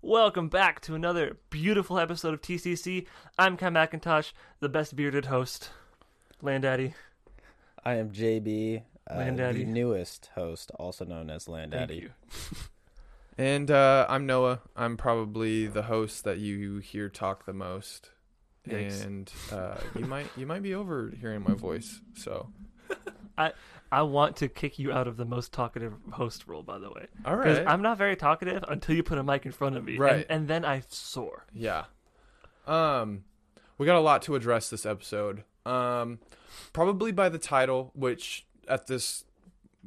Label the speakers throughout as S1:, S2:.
S1: Welcome back to another beautiful episode of TCC. I'm Kai McIntosh, the best bearded host. Landaddy.
S2: I am JB, uh,
S1: Landaddy.
S2: the newest host, also known as
S1: Thank
S2: Landaddy.
S1: you.
S3: And uh, I'm Noah. I'm probably the host that you hear talk the most,
S1: Yikes.
S3: and uh, you might you might be overhearing my voice. So
S1: I want to kick you out of the most talkative host role, by the way.
S3: all
S1: Because
S3: right,
S1: I'm not very talkative until you put a mic in front of me. and-
S3: Right.
S1: And, then I soar.
S3: yeah. Um, we got a lot to address this episode. Um, probably by the title, which at this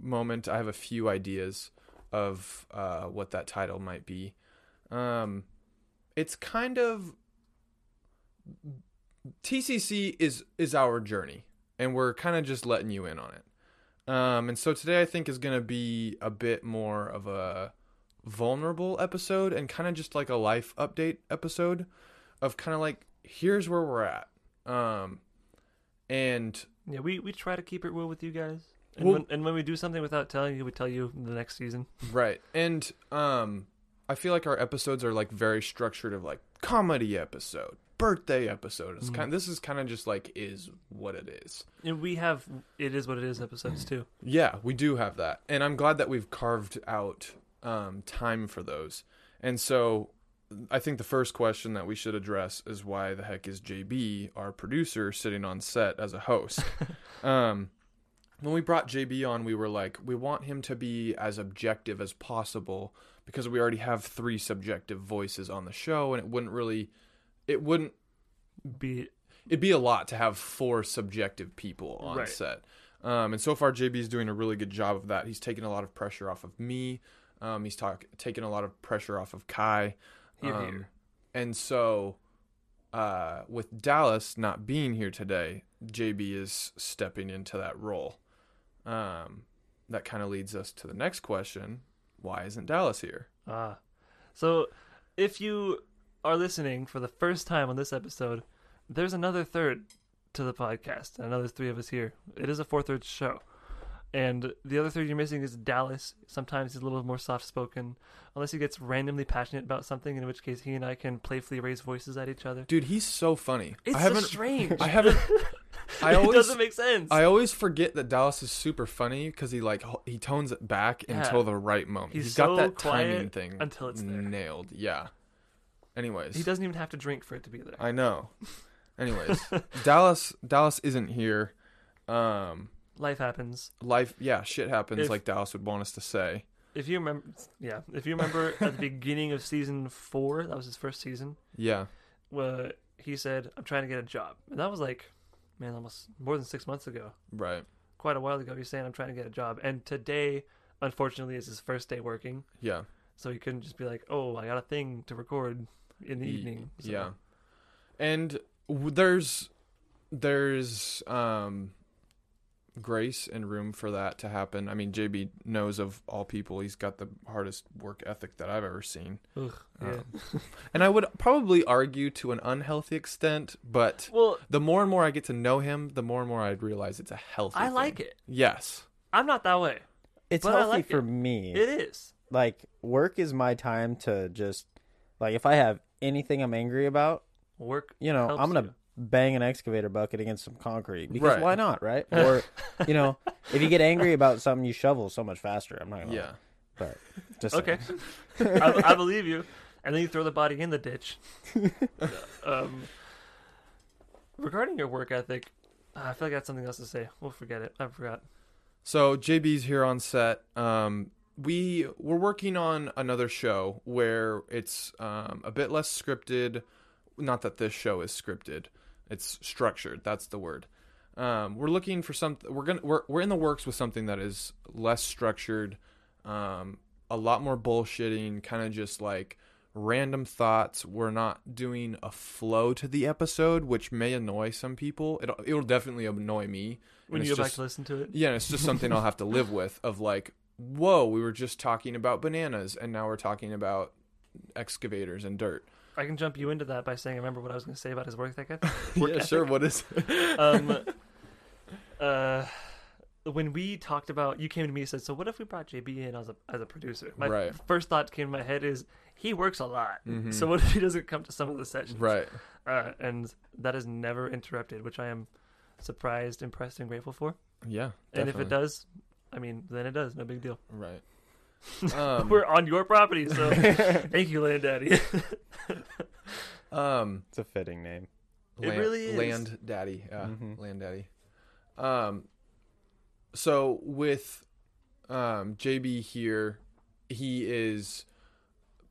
S3: moment I have a few ideas of uh, what that title might be. Um, it's kind of TCC is is our journey, and we're kind of just letting you in on it. Um, and so today I think is going to be a bit more of a vulnerable episode and kind of just like a life update episode of kind of like here's where we're at. Um, and
S1: Yeah, we, we try to keep it real with you guys. And,
S3: Well-
S1: when, and when we do something without telling you, we tell you the next season.
S3: Right. And um I feel like our episodes are like very structured of like comedy episode, birthday episode. It's kind this is kind of just like is what it is.
S1: And we have It Is What It Is episodes, too.
S3: Yeah, we do have that. And I'm glad that we've carved out um time for those. And so I think the first question that we should address is why the heck is JB, our producer, sitting on set as a host? um when we brought JB on, we were like, we want him to be as objective as possible because we already have three subjective voices on the show, and it wouldn't really, it wouldn't,
S1: Be
S3: it'd be a lot to have four subjective people on
S1: Right.
S3: set. Um, and so far, JB is doing a really good job of that. He's taking a lot of pressure off of me. Um, he's talk- taking a lot of pressure off of Kai.
S1: Here,
S3: Um,
S1: here.
S3: And so, uh, with Dallas not being here today, JB is stepping into that role. Um, that kind of leads us to the next question: Why isn't Dallas here?
S1: Ah. So if you are listening for the first time on this episode, there's another third to the podcast, and another three of us here. It is a four thirds show. And the other third you're missing is Dallas. Sometimes he's a little more soft spoken, unless he gets randomly passionate about something, in which case he and I can playfully raise voices at each other.
S3: Dude, he's so funny.
S1: It's
S3: I
S1: so
S3: haven't.
S1: strange.
S3: I haven't. I
S1: it
S3: always.
S1: doesn't make sense.
S3: I always forget that Dallas is super funny because he like ho- he tones it back
S1: Yeah.
S3: until the right moment.
S1: He's
S3: He's got
S1: so
S3: that
S1: quiet
S3: timing thing
S1: until it's there.
S3: nailed. Yeah. Anyways,
S1: he doesn't even have to drink for it to be there.
S3: I know. Anyways, Dallas Dallas isn't here. Um
S1: Life happens.
S3: life yeah, shit happens
S1: If-
S3: like Dallas would want us to say.
S1: If you remember, yeah, if you remember at the beginning of season four, that was his first season.
S3: Yeah.
S1: Where he said, "I'm trying to get a job," and that was like, man, almost more than six months ago,
S3: Right.
S1: quite a while ago. He's saying, "I'm trying to get a job," and today, unfortunately, is his first day working,
S3: Yeah.
S1: so he couldn't just be like, "Oh, I got a thing to record in the
S3: Ye-
S1: evening." So,
S3: Yeah. And w- there's there's um grace and room for that to happen. I mean, JB knows of all people, he's got the hardest work ethic that I've ever seen. Uh,
S1: ugh, yeah.
S3: And I would probably argue to an unhealthy extent, but
S1: well,
S3: the more and more I get to know him, the more and more I realize it's a healthy
S1: I
S3: thing.
S1: like it.
S3: Yes.
S1: I'm not that way.
S2: It's
S1: But I
S2: healthy
S1: like
S2: for
S1: it.
S2: me.
S1: It is.
S2: like work is my time to just like if I have anything I'm angry about,
S1: Work.
S2: you know,
S1: helps
S2: I'm gonna
S1: you.
S2: bang an excavator bucket against some concrete because
S3: Right.
S2: why not, right? Or you know, if you get angry about something, you shovel so much faster. I'm not gonna.
S3: Yeah.
S2: lie, but just
S1: Okay,
S2: saying.
S1: I, I believe you. And then you throw the body in the ditch. um, regarding your work ethic, uh, I feel like I had something else to say. We'll forget it. I forgot.
S3: So JB's here on set. Um, we we're working on another show where it's um, a bit less scripted. Not that this show is scripted; it's structured. That's the word. Um, we're looking for something. We're gonna we're we're in the works with something that is less structured, um, a lot more bullshitting, kind of just like random thoughts. We're not doing a flow to the episode, which may annoy some people. It will it'll definitely annoy me. and
S1: When you
S3: it's
S1: go
S3: just-
S1: back to listen to it,
S3: yeah, and it's just something I'll have to live with of like, whoa, we were just talking about bananas and now we're talking about excavators and dirt.
S1: I can jump you into that by saying, remember what I was going to say about his work ethic? Work Um,
S3: yeah, sure,
S1: ethic?
S3: what is
S1: Um, uh, when we talked about you came to me and said, "So what if we brought JB in as a as a producer?" My
S3: Right. Mm-hmm.
S1: first thought came to my head is he works a lot, so what if he doesn't come to some of the sessions?
S3: Right.
S1: Uh, and that is never interrupted, which I am surprised, impressed, and grateful for.
S3: Yeah.
S1: And if it
S3: definitely.
S1: does, I mean, then it does. No big deal.
S3: Right. Um,
S1: We're on your property, so thank you, Land Daddy.
S3: um,
S2: It's a fitting name.
S1: It really is.
S3: Land daddy. Yeah.
S2: Mhm.
S3: Land daddy. Um, so with um, JB here, he is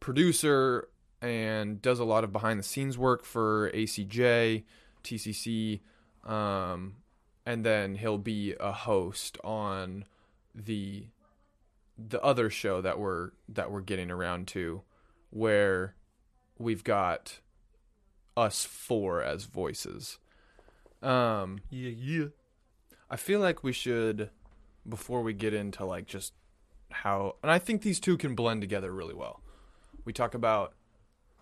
S3: producer and does a lot of behind the scenes work for ACJ, TCC, um, and then he'll be a host on the the other show that we're that we're getting around to, where we've got us four as voices. Um,
S1: yeah, yeah.
S3: I feel like we should, before we get into like just how, and I think these two can blend together really well. We talk about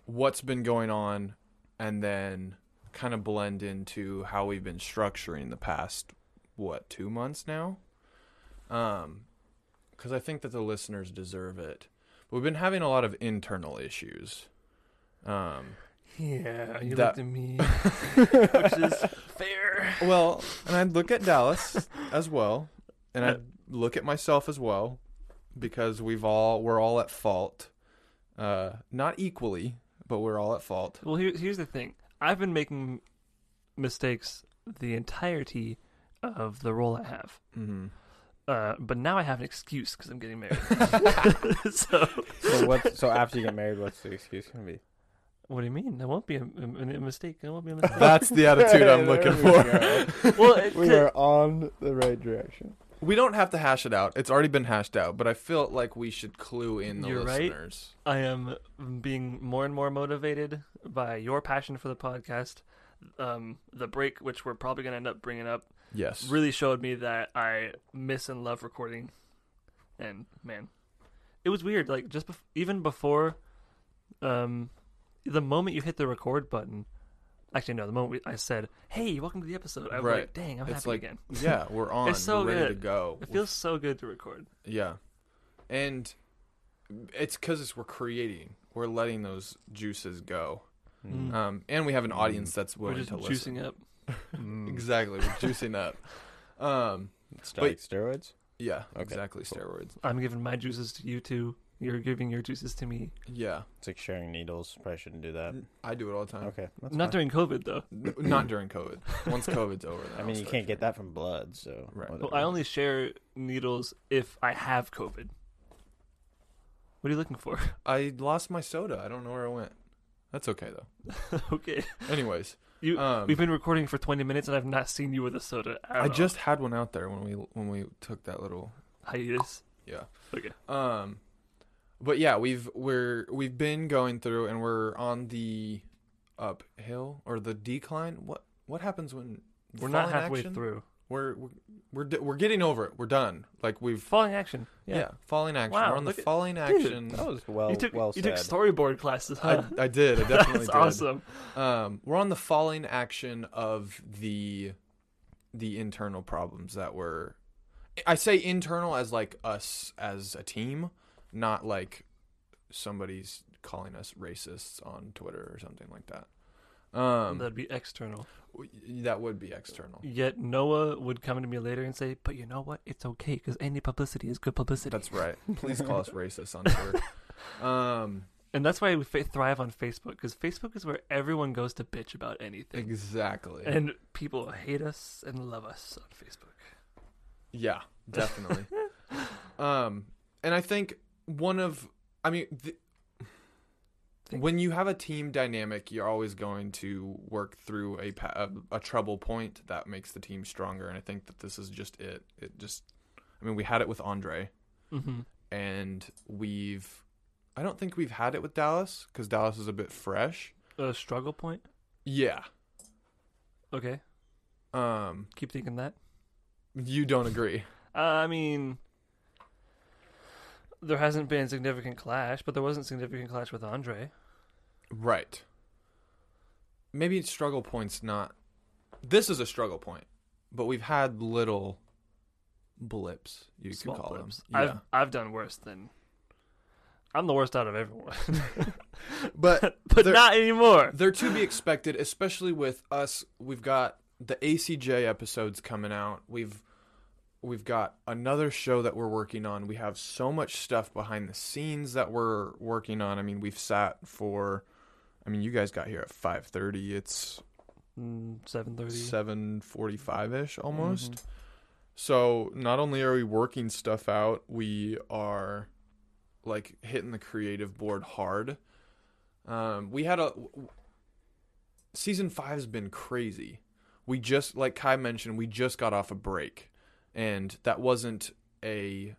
S3: what's been going on and then kind of blend into how we've been structuring the past, what, two months now? Um, because I think that the listeners deserve it. But we've been having a lot of internal issues. Um,
S1: Yeah, you
S3: That-
S1: looked at me, which is fair.
S3: Well, and I'd look at Dallas as well, and I'd look at myself as well, because we've all we're all at fault, uh, not equally, but we're all at fault.
S1: Well, here, here's the thing. I've been making mistakes the entirety of the role I have,
S3: Mm-hmm.
S1: uh, but now I have an excuse because I'm getting married. so,
S2: So what? So after you get married, what's the excuse gonna be?
S1: what do you mean? There won't be a, a- a mistake. There won't be a mistake.
S3: That's the attitude I'm
S2: There
S3: looking
S2: we
S3: for.
S2: go.
S1: well, it,
S2: We are on the right direction.
S3: We don't have to hash it out; it's already been hashed out. But I feel like we should clue in the
S1: You're right.
S3: listeners.
S1: I am being more and more motivated by your passion for the podcast. Um, the break, which we're probably going to end up bringing up,
S3: Yes,
S1: really showed me that I miss and love recording. And man, it was weird. Like just bef- even before, um, the moment you hit the record button, actually no, the moment we, I said, "Hey, welcome to the episode," I was
S3: Right.
S1: like, "Dang, I'm
S3: It's
S1: happy
S3: like-
S1: again."
S3: yeah, we're on.
S1: It's so
S3: we're ready
S1: good.
S3: to go.
S1: It
S3: We're
S1: feels so good to record.
S3: Yeah, and it's because it's we're creating, we're letting those juices go,
S1: Mm.
S3: um, and we have an audience that's
S1: We're
S3: willing
S1: just
S3: to listen.
S1: juicing up.
S2: Mm.
S3: Exactly, we're juicing up. Um,
S2: It's like steroids.
S3: yeah,
S2: Okay,
S3: exactly.
S2: cool.
S3: Steroids.
S1: I'm giving my juices to you two. You're giving your juices to me.
S3: Yeah,
S2: It's like sharing needles. Probably shouldn't do that.
S3: I do it all the time.
S2: Okay, that's
S1: Not during
S2: fine.
S1: COVID though.
S3: N- Not during COVID. Once COVID's over, then
S2: I mean,
S3: I'll
S2: you
S3: start
S2: can't
S3: doing
S2: get that from blood, so
S3: Right.
S1: Well,
S2: whatever.
S1: I only share needles if I have COVID. What are you looking for?
S3: it. I lost my soda. I don't know where I went. That's okay though.
S1: okay.
S3: Anyways,
S1: You-
S3: um,
S1: We've been recording for 20 minutes and I've not seen you with a soda. At
S3: I
S1: all.
S3: just had one out there when we when we took that little
S1: hiatus.
S3: yeah.
S1: Okay.
S3: Um, but yeah, we've we're we've been going through, and we're on the uphill or the decline. What what happens when
S1: We're not
S3: fall in
S1: halfway
S3: action?
S1: through.
S3: We're we're we're, d- we're getting over it. We're done. Like we've
S1: Falling action.
S3: yeah,
S1: Yeah.
S3: falling action.
S1: Wow,
S3: we're on the
S1: look at-
S3: falling
S1: dude, Oh.
S3: action.
S2: that was well
S1: you took
S2: well
S1: you
S2: said.
S1: took storyboard classes, huh?
S3: I, I did. I definitely
S1: That's
S3: did.
S1: awesome.
S3: Um, we're on the falling action of the the internal problems that were. I say internal as like us as a team, not like somebody's calling us racists on Twitter or something like that. Um,
S1: That'd be external.
S3: w that would be external.
S1: Yet Noah would come to me later and say, "But you know what? It's okay because any publicity is good publicity."
S3: That's right. Please call us racists on Twitter. Um,
S1: and that's why we fa- thrive on Facebook because Facebook is where everyone goes to bitch about anything.
S3: exactly.
S1: And people hate us and love us on Facebook.
S3: Yeah, definitely. um, and I think one of, I mean, th-
S1: Think-
S3: when you have a team dynamic, you're always going to work through a, pa- a a trouble point that makes the team stronger. And I think that this is just it. It just, I mean, we had it with Andre,
S1: Mm-hmm.
S3: and we've, I don't think we've had it with Dallas because Dallas is a bit fresh.
S1: A struggle point.
S3: Yeah.
S1: Okay,
S3: Um,
S1: keep thinking that. Uh,
S3: you don't agree.
S1: I mean, there hasn't been significant clash, but there wasn't significant clash with Andre.
S3: Right. Maybe struggle points not. This is a struggle point, but we've had little blips you
S1: small
S3: could call
S1: blips.
S3: them. Yeah.
S1: I've I've done worse than. I'm the worst out of everyone,
S3: but
S1: but
S3: there-
S1: not anymore.
S3: They're to be expected, especially with us. We've got the ACJ episodes coming out. We've we've got another show that we're working on. We have so much stuff behind the scenes that we're working on. I mean, we've sat for I mean, you guys got here at 5:30. It's
S1: Mm, Seven thirty. Mm-hmm.
S3: 7:45ish almost. So, not only are we working stuff out, we are like hitting the creative board hard. Um, we had a season five's been crazy. We just, like Kai mentioned, we just got off a break, and that wasn't a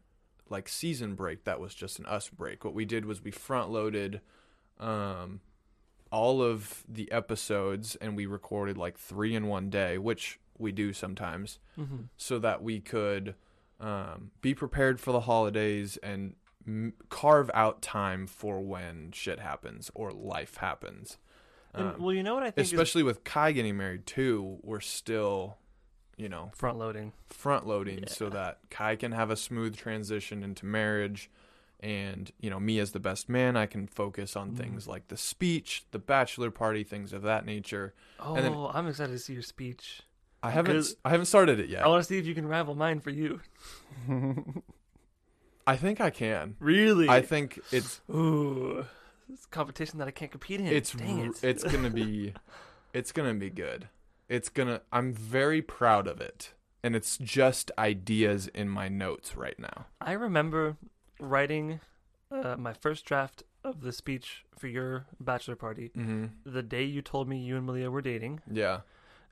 S3: like season break. That was just an us break. What we did was we front loaded um, all of the episodes, and we recorded like three in one day, which we do sometimes
S1: Mm-hmm.
S3: so that we could um, be prepared for the holidays and m- carve out time for when shit happens or life happens.
S1: And,
S3: Um,
S1: well, you know what I think is
S3: especially with Kai getting married too, we're still, you know,
S1: front loading.
S3: front loading so
S1: Yeah.
S3: that Kai can have a smooth transition into marriage. And, you know, me as the best man, I can focus on
S1: Mhm.
S3: things like the speech, the bachelor party, things of that nature.
S1: Oh,
S3: then-
S1: I'm excited to see your speech.
S3: I haven't
S1: Because-
S3: I haven't started it yet.
S1: I want to see if you can rival mine for you.
S3: I think I can.
S1: Really?
S3: I think it's
S1: Ooh, it's a competition that I can't compete in.
S3: it's
S1: Dang
S3: r-
S1: it.
S3: it's gonna be it's gonna be good it's gonna i'm very proud of it and it's just ideas in my notes right now
S1: I remember writing uh, my first draft of the speech for your bachelor party
S3: mm-hmm.
S1: the day you told me you and Malia were dating,
S3: yeah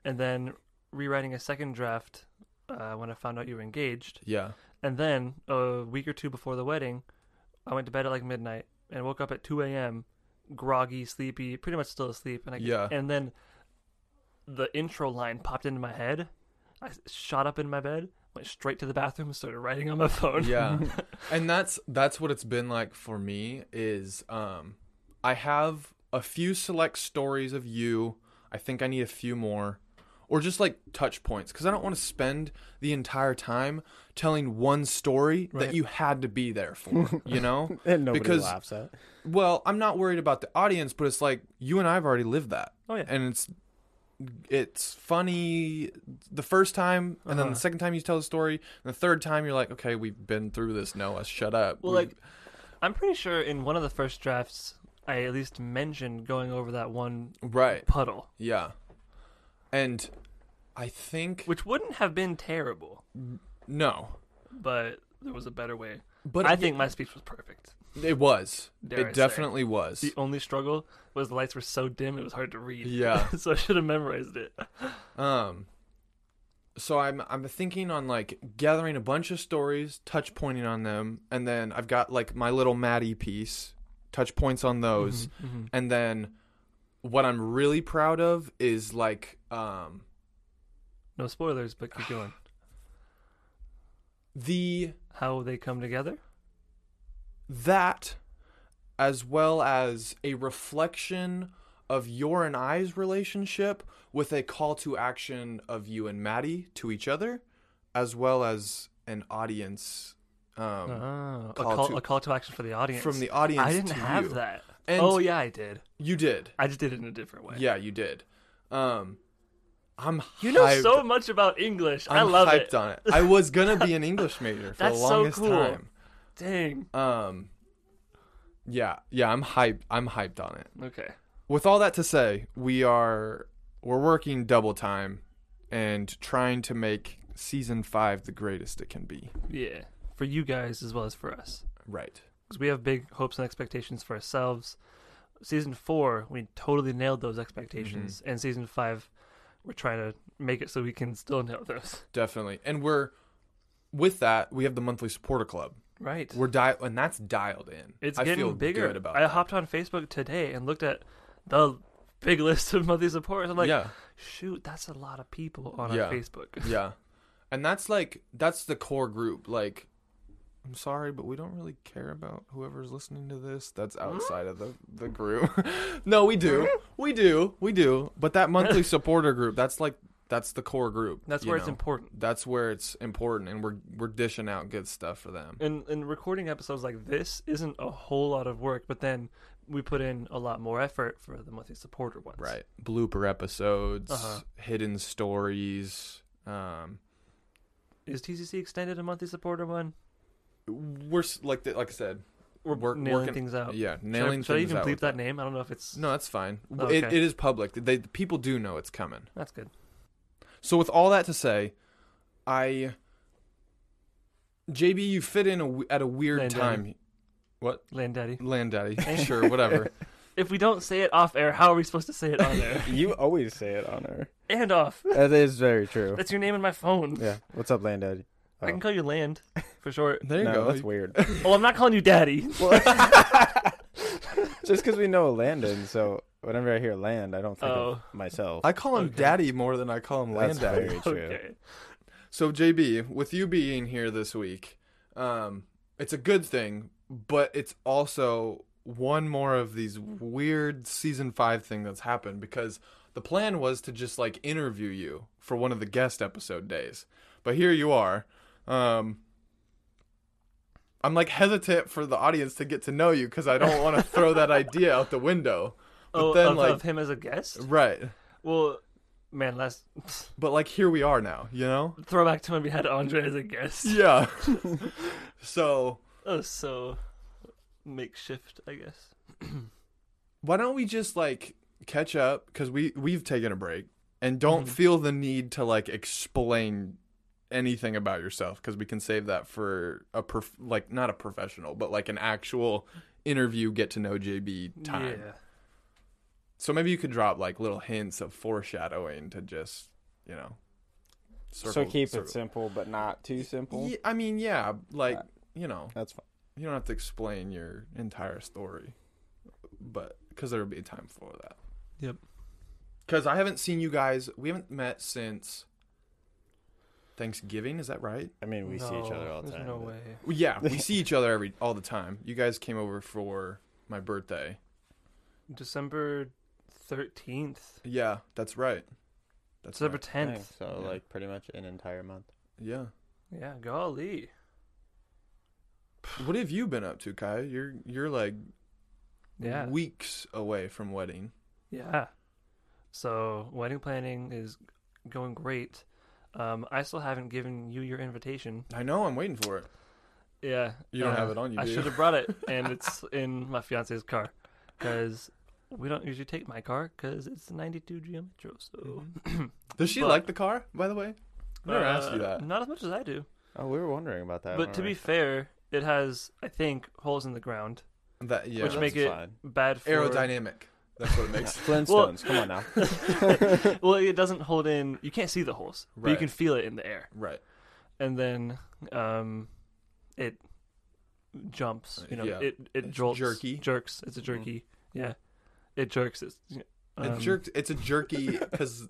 S1: and then rewriting a second draft uh, when I found out you were engaged.
S3: yeah
S1: And then a week or two before the wedding, I went to bed at like midnight and woke up at 2 a.m. groggy, sleepy, pretty much still asleep. And I,
S3: Yeah.
S1: And then the intro line popped into my head. I s- shot up in my bed, went straight to the bathroom, and started writing on my phone.
S3: yeah and that's that's what it's been like for me is um i have a few select stories of you i think i need a few more or just like touch points because i don't want to spend the entire time telling one story
S1: Right.
S3: that you had to be there for you know
S2: and nobody
S3: Because-
S2: laughs at.
S3: Well, I'm not worried about the audience, but it's like you and I have already lived that.
S1: Oh, yeah.
S3: And it's it's funny the first time and then
S1: Uh-huh.
S3: the second time you tell the story and the third time you're like okay we've been through this noah shut up
S1: Well,
S3: We-
S1: like, I'm pretty sure in one of the first drafts, I at least mentioned going over that one
S3: right
S1: puddle,
S3: yeah and i think
S1: which wouldn't have been terrible,
S3: no
S1: but there was a better way.
S3: but
S1: I think my speech was perfect.
S3: it was
S1: Dare I
S3: it
S1: say.
S3: definitely was
S1: The only struggle was the lights were so dim it was hard to read.
S3: Yeah.
S1: so I should have memorized it.
S3: Um so I'm I'm thinking on like gathering a bunch of stories, touch pointing on them, and then I've got like my little Maddie piece, touch points on those,
S1: Mm-hmm.
S3: and then what I'm really proud of is like um
S1: No spoilers, but keep going.
S3: the
S1: How they come together?
S3: that as well as a reflection of your and I's relationship with a call to action of you and Maddie to each other, as well as an audience um
S1: oh,
S3: call
S1: a call
S3: to-
S1: a call to action for the audience.
S3: from the audience.
S1: I didn't
S3: to
S1: have
S3: you.
S1: that.
S3: And
S1: oh yeah, I did.
S3: you did.
S1: I just did it in a different way.
S3: Yeah, you did. Um, I'm.
S1: You know
S3: hyped.
S1: so much about English. i
S3: I'm
S1: love
S3: hyped
S1: it.
S3: on it. I was gonna be an English major for the
S1: That's so
S3: longest
S1: cool.
S3: time.
S1: Dang.
S3: Um, yeah, yeah. I'm hyped. I'm hyped on it.
S1: Okay.
S3: With all that to say, we are we're working double time and trying to make season five the greatest it can be.
S1: Yeah. For you guys as well as for us.
S3: Right.
S1: because we have big hopes and expectations for ourselves. Season four, we totally nailed those expectations,
S3: Mm-hmm.
S1: and season five, we're trying to make it so we can still nail those.
S3: Definitely. And we're with that. We have the monthly supporter club.
S1: Right.
S3: We're dial and that's dialed in.
S1: it's
S3: I
S1: getting
S3: feel
S1: bigger.
S3: Good about
S1: I
S3: that.
S1: hopped on Facebook today and looked at the big list of monthly supporters. I'm like,
S3: yeah,
S1: shoot, that's a lot of people on
S3: Yeah.
S1: our Facebook.
S3: yeah, and that's like that's the core group. Like, I'm sorry, but we don't really care about whoever's listening to this. That's outside of the the group. no, we do, we do, we do. But that monthly supporter group, that's like That's the core group.
S1: That's
S3: you
S1: where it's
S3: know?
S1: important.
S3: That's where it's important, and we're we're dishing out good stuff for them.
S1: And and recording episodes like this isn't a whole lot of work, but then we put in a lot more effort for the monthly supporter ones.
S3: Right. Blooper episodes,
S1: Uh-huh.
S3: hidden stories. Um,
S1: Is TCC extended a monthly supporter one?
S3: we're s- like the, like I said,
S1: We're
S3: Work-
S1: nailing
S3: working-
S1: things out.
S3: yeah,
S1: Should I-
S3: nailing
S1: should I,
S3: things
S1: even
S3: out
S1: bleep
S3: with
S1: that name? I don't know if it's
S3: No, that's fine.
S1: Oh,
S3: It,
S1: okay.
S3: it is public. They people do know it's coming.
S1: that's good.
S3: So with all that to say, I JB, you fit in a w at a weird
S1: Land
S3: time.
S1: Daddy. Land Daddy.
S3: Land Daddy, sure, whatever.
S1: If we don't say it off air, how are we supposed to say it on air?
S2: You always say it on her.
S1: and off.
S2: That is very true.
S1: That's your name in my phone.
S2: Yeah. What's up, Land Daddy?
S1: I can call you Land for short.
S3: There you
S2: no,
S3: go.
S2: that's weird.
S1: Well, I'm not calling you Daddy.
S2: Just because we know Landon, so whenever I hear land, I don't think
S1: Oh,
S2: of myself.
S3: I call him
S1: Okay.
S3: Daddy more than I call him
S2: That's
S3: Land Daddy.
S2: very true.
S1: okay.
S3: So JB, with you being here this week, um, it's a good thing, but it's also one more of these weird season five thing that's happened because the plan was to just like interview you for one of the guest episode days, but here you are. Um, I'm like hesitant for the audience to get to know you because I don't want to throw that idea out the window. But
S1: Oh,
S3: then
S1: of,
S3: like
S1: of him as a guest.
S3: right,
S1: Well, man, last
S3: but like here we are now, you know?
S1: throwback to when we had Andre as a guest.
S3: Yeah. so
S1: Oh, so makeshift, I guess.
S3: why don't we just like catch up because we we've taken a break and don't
S2: Mm-hmm.
S1: Mhm.
S3: feel the need to like explain anything about yourself because we can save that for a prof- like not a professional but like an actual interview get to know JB time.
S1: Yeah.
S3: So maybe you could drop like little hints of foreshadowing to just you know.
S2: so
S3: circle-
S2: keep
S3: circle-
S2: it simple, but not too simple. Uh,
S3: Ye- I mean, yeah, like you know,
S2: That's fine.
S3: you don't have to explain your entire story, but because there will be time for that.
S1: Yep.
S3: Because I haven't seen you guys. We haven't met since Thanksgiving. Is that right?
S2: I mean, we see each other all the
S1: there's
S2: time.
S1: No
S2: but-
S1: way.
S3: Well, yeah, we see each other every all the time. You guys came over for my birthday.
S1: December thirteenth,
S3: Yeah, that's right. That's
S1: December
S3: right.
S2: Dang,
S1: tenth.
S2: so
S3: Yeah.
S2: like pretty much an entire month.
S3: Yeah.
S1: Yeah, golly.
S3: What have you been up to, Kai? You're you're like
S1: Yeah.
S3: weeks away from wedding.
S1: Yeah. So wedding planning is going great. Um, I still haven't given you your invitation.
S3: I know. I'm waiting for it.
S1: Yeah.
S3: You don't
S1: uh,
S3: have it on you.
S1: I
S3: do you?
S1: should have brought it, and it's in my fiance's car, because we don't usually take my car because it's a '92 Geo Metro. So.
S3: Does she
S1: but-
S3: like the car? By the way, Mm-hmm. I never asked you
S1: Uh,
S3: that.
S1: Not as much as I do.
S2: Oh, we were wondering about that.
S1: but to be fair, it has, I think, holes in the ground.
S3: That yeah.
S1: which make it Bad for
S3: aerodynamic. That's what it makes.
S2: Flintstones. come on now.
S1: well, it doesn't hold in. You can't see the holes, but you
S3: Right.
S1: can feel it in the air.
S3: right.
S1: And then, um, it jumps. You know,
S3: Uh, Yeah.
S1: it it
S3: It's
S1: jolts,
S3: jerky. Mm-hmm.
S1: jerks. It's a
S2: Mhm.
S1: jerky. Yeah, it jerks. It's um,
S3: it jerks. It's a jerky because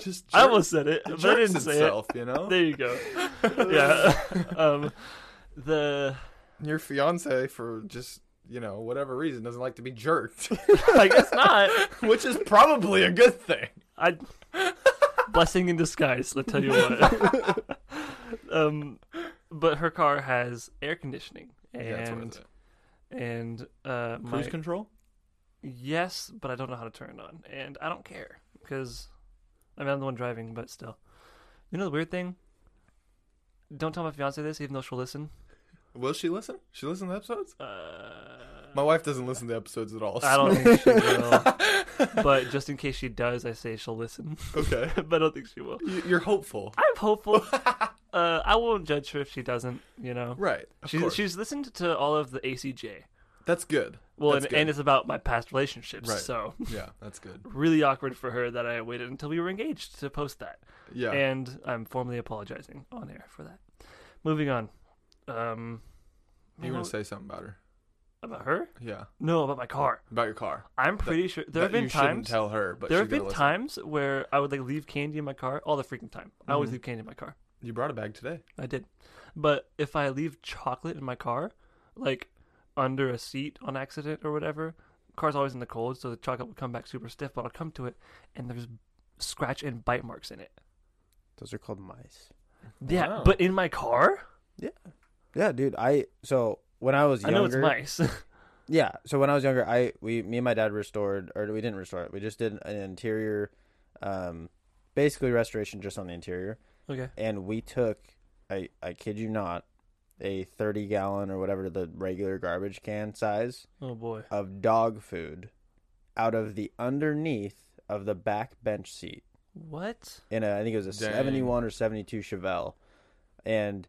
S3: just
S1: I
S3: jerk-
S1: almost said it,
S3: it
S1: but I
S3: jerks
S1: didn't say it.
S3: itself. You know,
S1: There you go. yeah. um, the
S3: your fiance for just you know whatever reason doesn't like to be jerked,
S1: I guess not.
S3: which is probably a good thing.
S1: I blessing in disguise. Let tell you what. um, but her car has air conditioning and
S3: it
S1: and uh,
S3: is.
S1: my,
S3: Cruise control.
S1: yes, but I don't know how to turn it on, and I don't care because I mean I'm the one driving, but still, you know the weird thing. Don't tell my fiance this, even though she'll listen.
S3: Will she listen? She listen to episodes?
S1: Uh,
S3: My wife doesn't listen to episodes at all.
S1: I don't think she will, but just in case she does, I say she'll listen.
S3: okay,
S1: but I don't think she will.
S3: You- you're hopeful,
S1: I'm hopeful. uh, I won't judge her if she doesn't. You know,
S3: right? Of
S1: she's
S3: course.
S1: she's listened to all of the ACJ.
S3: that's good.
S1: Well,
S3: That's
S1: and,
S3: good.
S1: and it's about my past relationships.
S3: Right.
S1: So
S3: Yeah, that's good.
S1: really awkward for her that I waited until we were engaged to post that,
S3: Yeah,
S1: and I'm formally apologizing on air for that. Moving on. Um,
S3: you
S1: man,
S3: want
S1: what-
S3: to say something about her?
S1: about her?
S3: Yeah,
S1: No, about my car.
S3: about your car.
S1: I'm pretty sure there have
S3: That
S1: been
S3: you shouldn't
S1: times.
S3: tell her, but
S1: There
S3: she's
S1: have been
S3: gonna listen.
S1: times where I would like leave candy in my car all the freaking time. I always
S3: Mhm.
S1: leave candy in my car.
S3: You brought a bag today.
S1: I did. But if I leave chocolate in my car, like under a seat on accident or whatever, car's always in the cold, so the chocolate will come back super stiff, but I'll come to it and there's scratch and bite marks in it.
S2: Those are called mice.
S1: Yeah,
S3: Wow.
S1: but in my car,
S2: Yeah, dude. I so when I was
S1: I
S2: younger,
S1: know it's mice.
S2: Yeah. So when I was younger, I we me and my dad restored, or we didn't restore it. We just did an interior, um, basically restoration just on the interior,
S1: okay,
S2: and we took, I I kid you not, a thirty gallon or whatever the regular garbage can size
S1: oh boy,
S2: of dog food, out of the underneath of the back bench seat
S1: what?
S2: in a I think it was a
S3: Dang.
S2: 71 or 72 Chevelle. And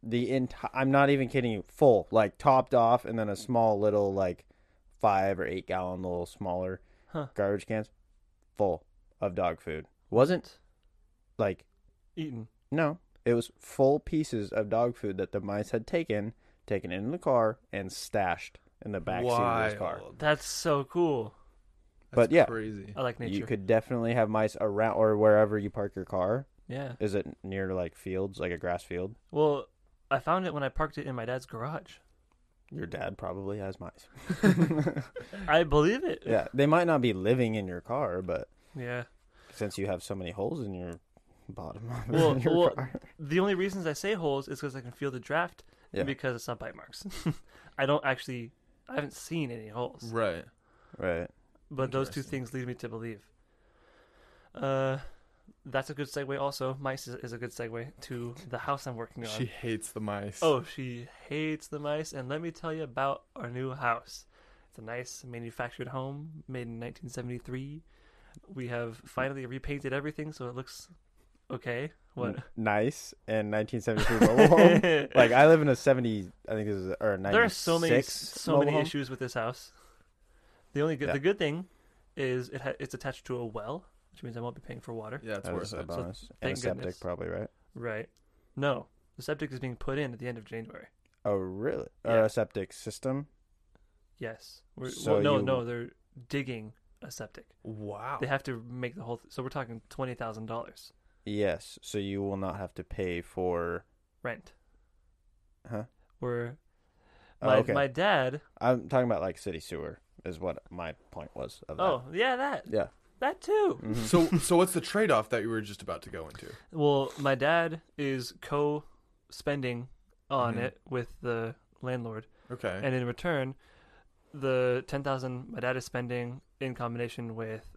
S2: the entire I'm not even kidding you, full, like topped off and then a small little like 5 or 8 gallon little smaller
S1: Huh.
S2: garbage cans full of dog food. Wasn't like
S1: Eaten.
S2: no, it was full pieces of dog food that the mice had taken, taken into the car and stashed in the back seat of his car.
S3: Wild.
S1: That's so cool.
S2: But
S3: That's
S2: yeah.
S3: crazy.
S1: I like nature.
S2: You could definitely have mice around or wherever you park your car.
S1: yeah.
S2: Is it near like fields, like a grass field?
S1: Well, I found it when I parked it in my dad's garage.
S2: Your dad probably has mice.
S1: I believe it.
S2: yeah, they might not be living in your car, but
S1: Yeah.
S2: since you have so many holes in your bottom of
S1: Well-
S2: your
S1: well-
S2: car,
S1: The only reasons I say holes is because I can feel the draft
S2: Yeah.
S1: and because it's not bite marks. I don't actually, I haven't seen any holes.
S3: Right.
S2: right?
S1: But those two
S3: Interesting.
S1: things lead me to believe. Uh, that's a good segue. Also, mice is, is a good segue to the house I'm working on.
S3: She hates the mice.
S1: Oh, she hates the mice. And let me tell you about our new house. It's a nice manufactured home made in 1973. We have finally repainted everything, so it looks okay. What?
S2: N- nice and 1973 mobile home.
S3: Mm.
S2: Like I live in a 70, I think this is or 96.
S1: there are so many so
S2: mobile
S1: many
S2: home.
S1: issues with this house. The only good,
S2: Yeah.
S1: the good thing is it ha- it's attached to a well, which means I won't be paying for water.
S3: Yeah, it's
S2: That is
S3: worth
S2: a
S3: it.
S1: So
S2: bonus. and a
S1: thank
S2: septic,
S1: goodness.
S2: probably right.
S1: Right. No, the septic is being put in at the end of January.
S2: Oh, really? Or
S1: Yeah.
S2: a septic system?
S1: Yes. We're,
S2: So
S1: well, no,
S2: you-
S1: no, they're digging a septic.
S3: Wow.
S1: They have to make the whole. Th- so we're talking twenty thousand dollars
S2: Yes. So you will not have to pay for.
S1: rent.
S2: Huh?
S1: We're
S2: Oh,
S1: my
S2: okay.
S1: my dad.
S2: I'm talking about like city sewer is what my point was. Of that.
S1: Oh yeah, that
S2: yeah.
S1: that too.
S2: Mhm.
S3: so so what's the trade-off that you were just about to go into?
S1: Well, my dad is co spending on
S2: Mm-hmm.
S3: Mhm.
S1: it with the landlord,
S3: Okay.
S1: and in return, the ten thousand my dad is spending in combination with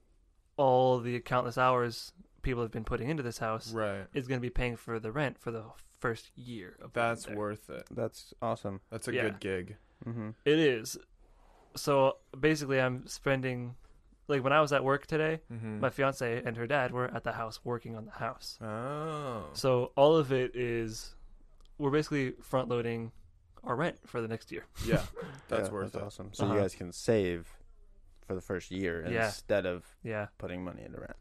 S1: all the countless hours people have been putting into this house
S3: right.
S1: is going to be paying for the rent for the first year of living
S3: That's
S1: there.
S3: worth it.
S2: That's awesome.
S3: That's a
S1: Yeah.
S3: good gig.
S2: Mm-hmm.
S1: It is. So basically, I'm spending, like when I was at work today,
S3: Mm-hmm.
S1: my fiance and her dad were at the house working on the house.
S3: oh.
S1: So all of it is, we're basically front loading our rent for the next year.
S3: Yeah. That's worth it.
S2: awesome. So
S1: Uh-huh.
S2: you guys can save for the first year
S1: Yeah.
S2: instead of
S1: Yeah,
S2: putting money into rent.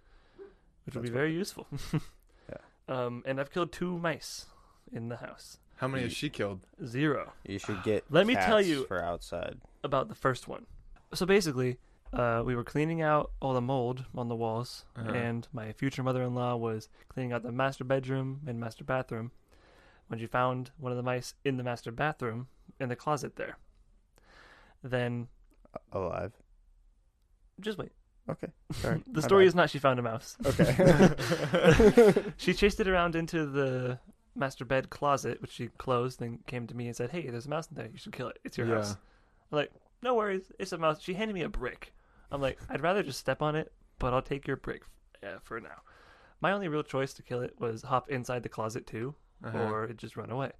S1: which will be
S2: That's
S1: very useful.
S2: Yeah.
S1: Um, and I've killed two mice in the house.
S3: How many has she killed?
S1: Zero.
S2: You should get.
S1: Let me tell
S2: cats
S1: you-
S2: for outside.
S1: about the first one. So basically, uh, we were cleaning out all the mold on the walls,
S3: Uh-huh.
S1: and my future mother-in-law was cleaning out the master bedroom and master bathroom when she found one of the mice in the master bathroom in the closet there. Then
S2: Alive.
S1: just wait.
S2: Okay. Sorry.
S1: The story is not she found a mouse.
S2: okay.
S1: she chased it around into the master bed closet, which she closed, then came to me and said, Hey, there's a mouse in there. You should kill it. It's your
S3: yeah.
S1: house. no worries, it's a mouse. She handed me a brick. I'm like, I'd rather just step on it, but I'll take your brick uh, for now. My only real choice to kill it was hop inside the closet too,
S3: Uh-huh.
S1: or it just run away.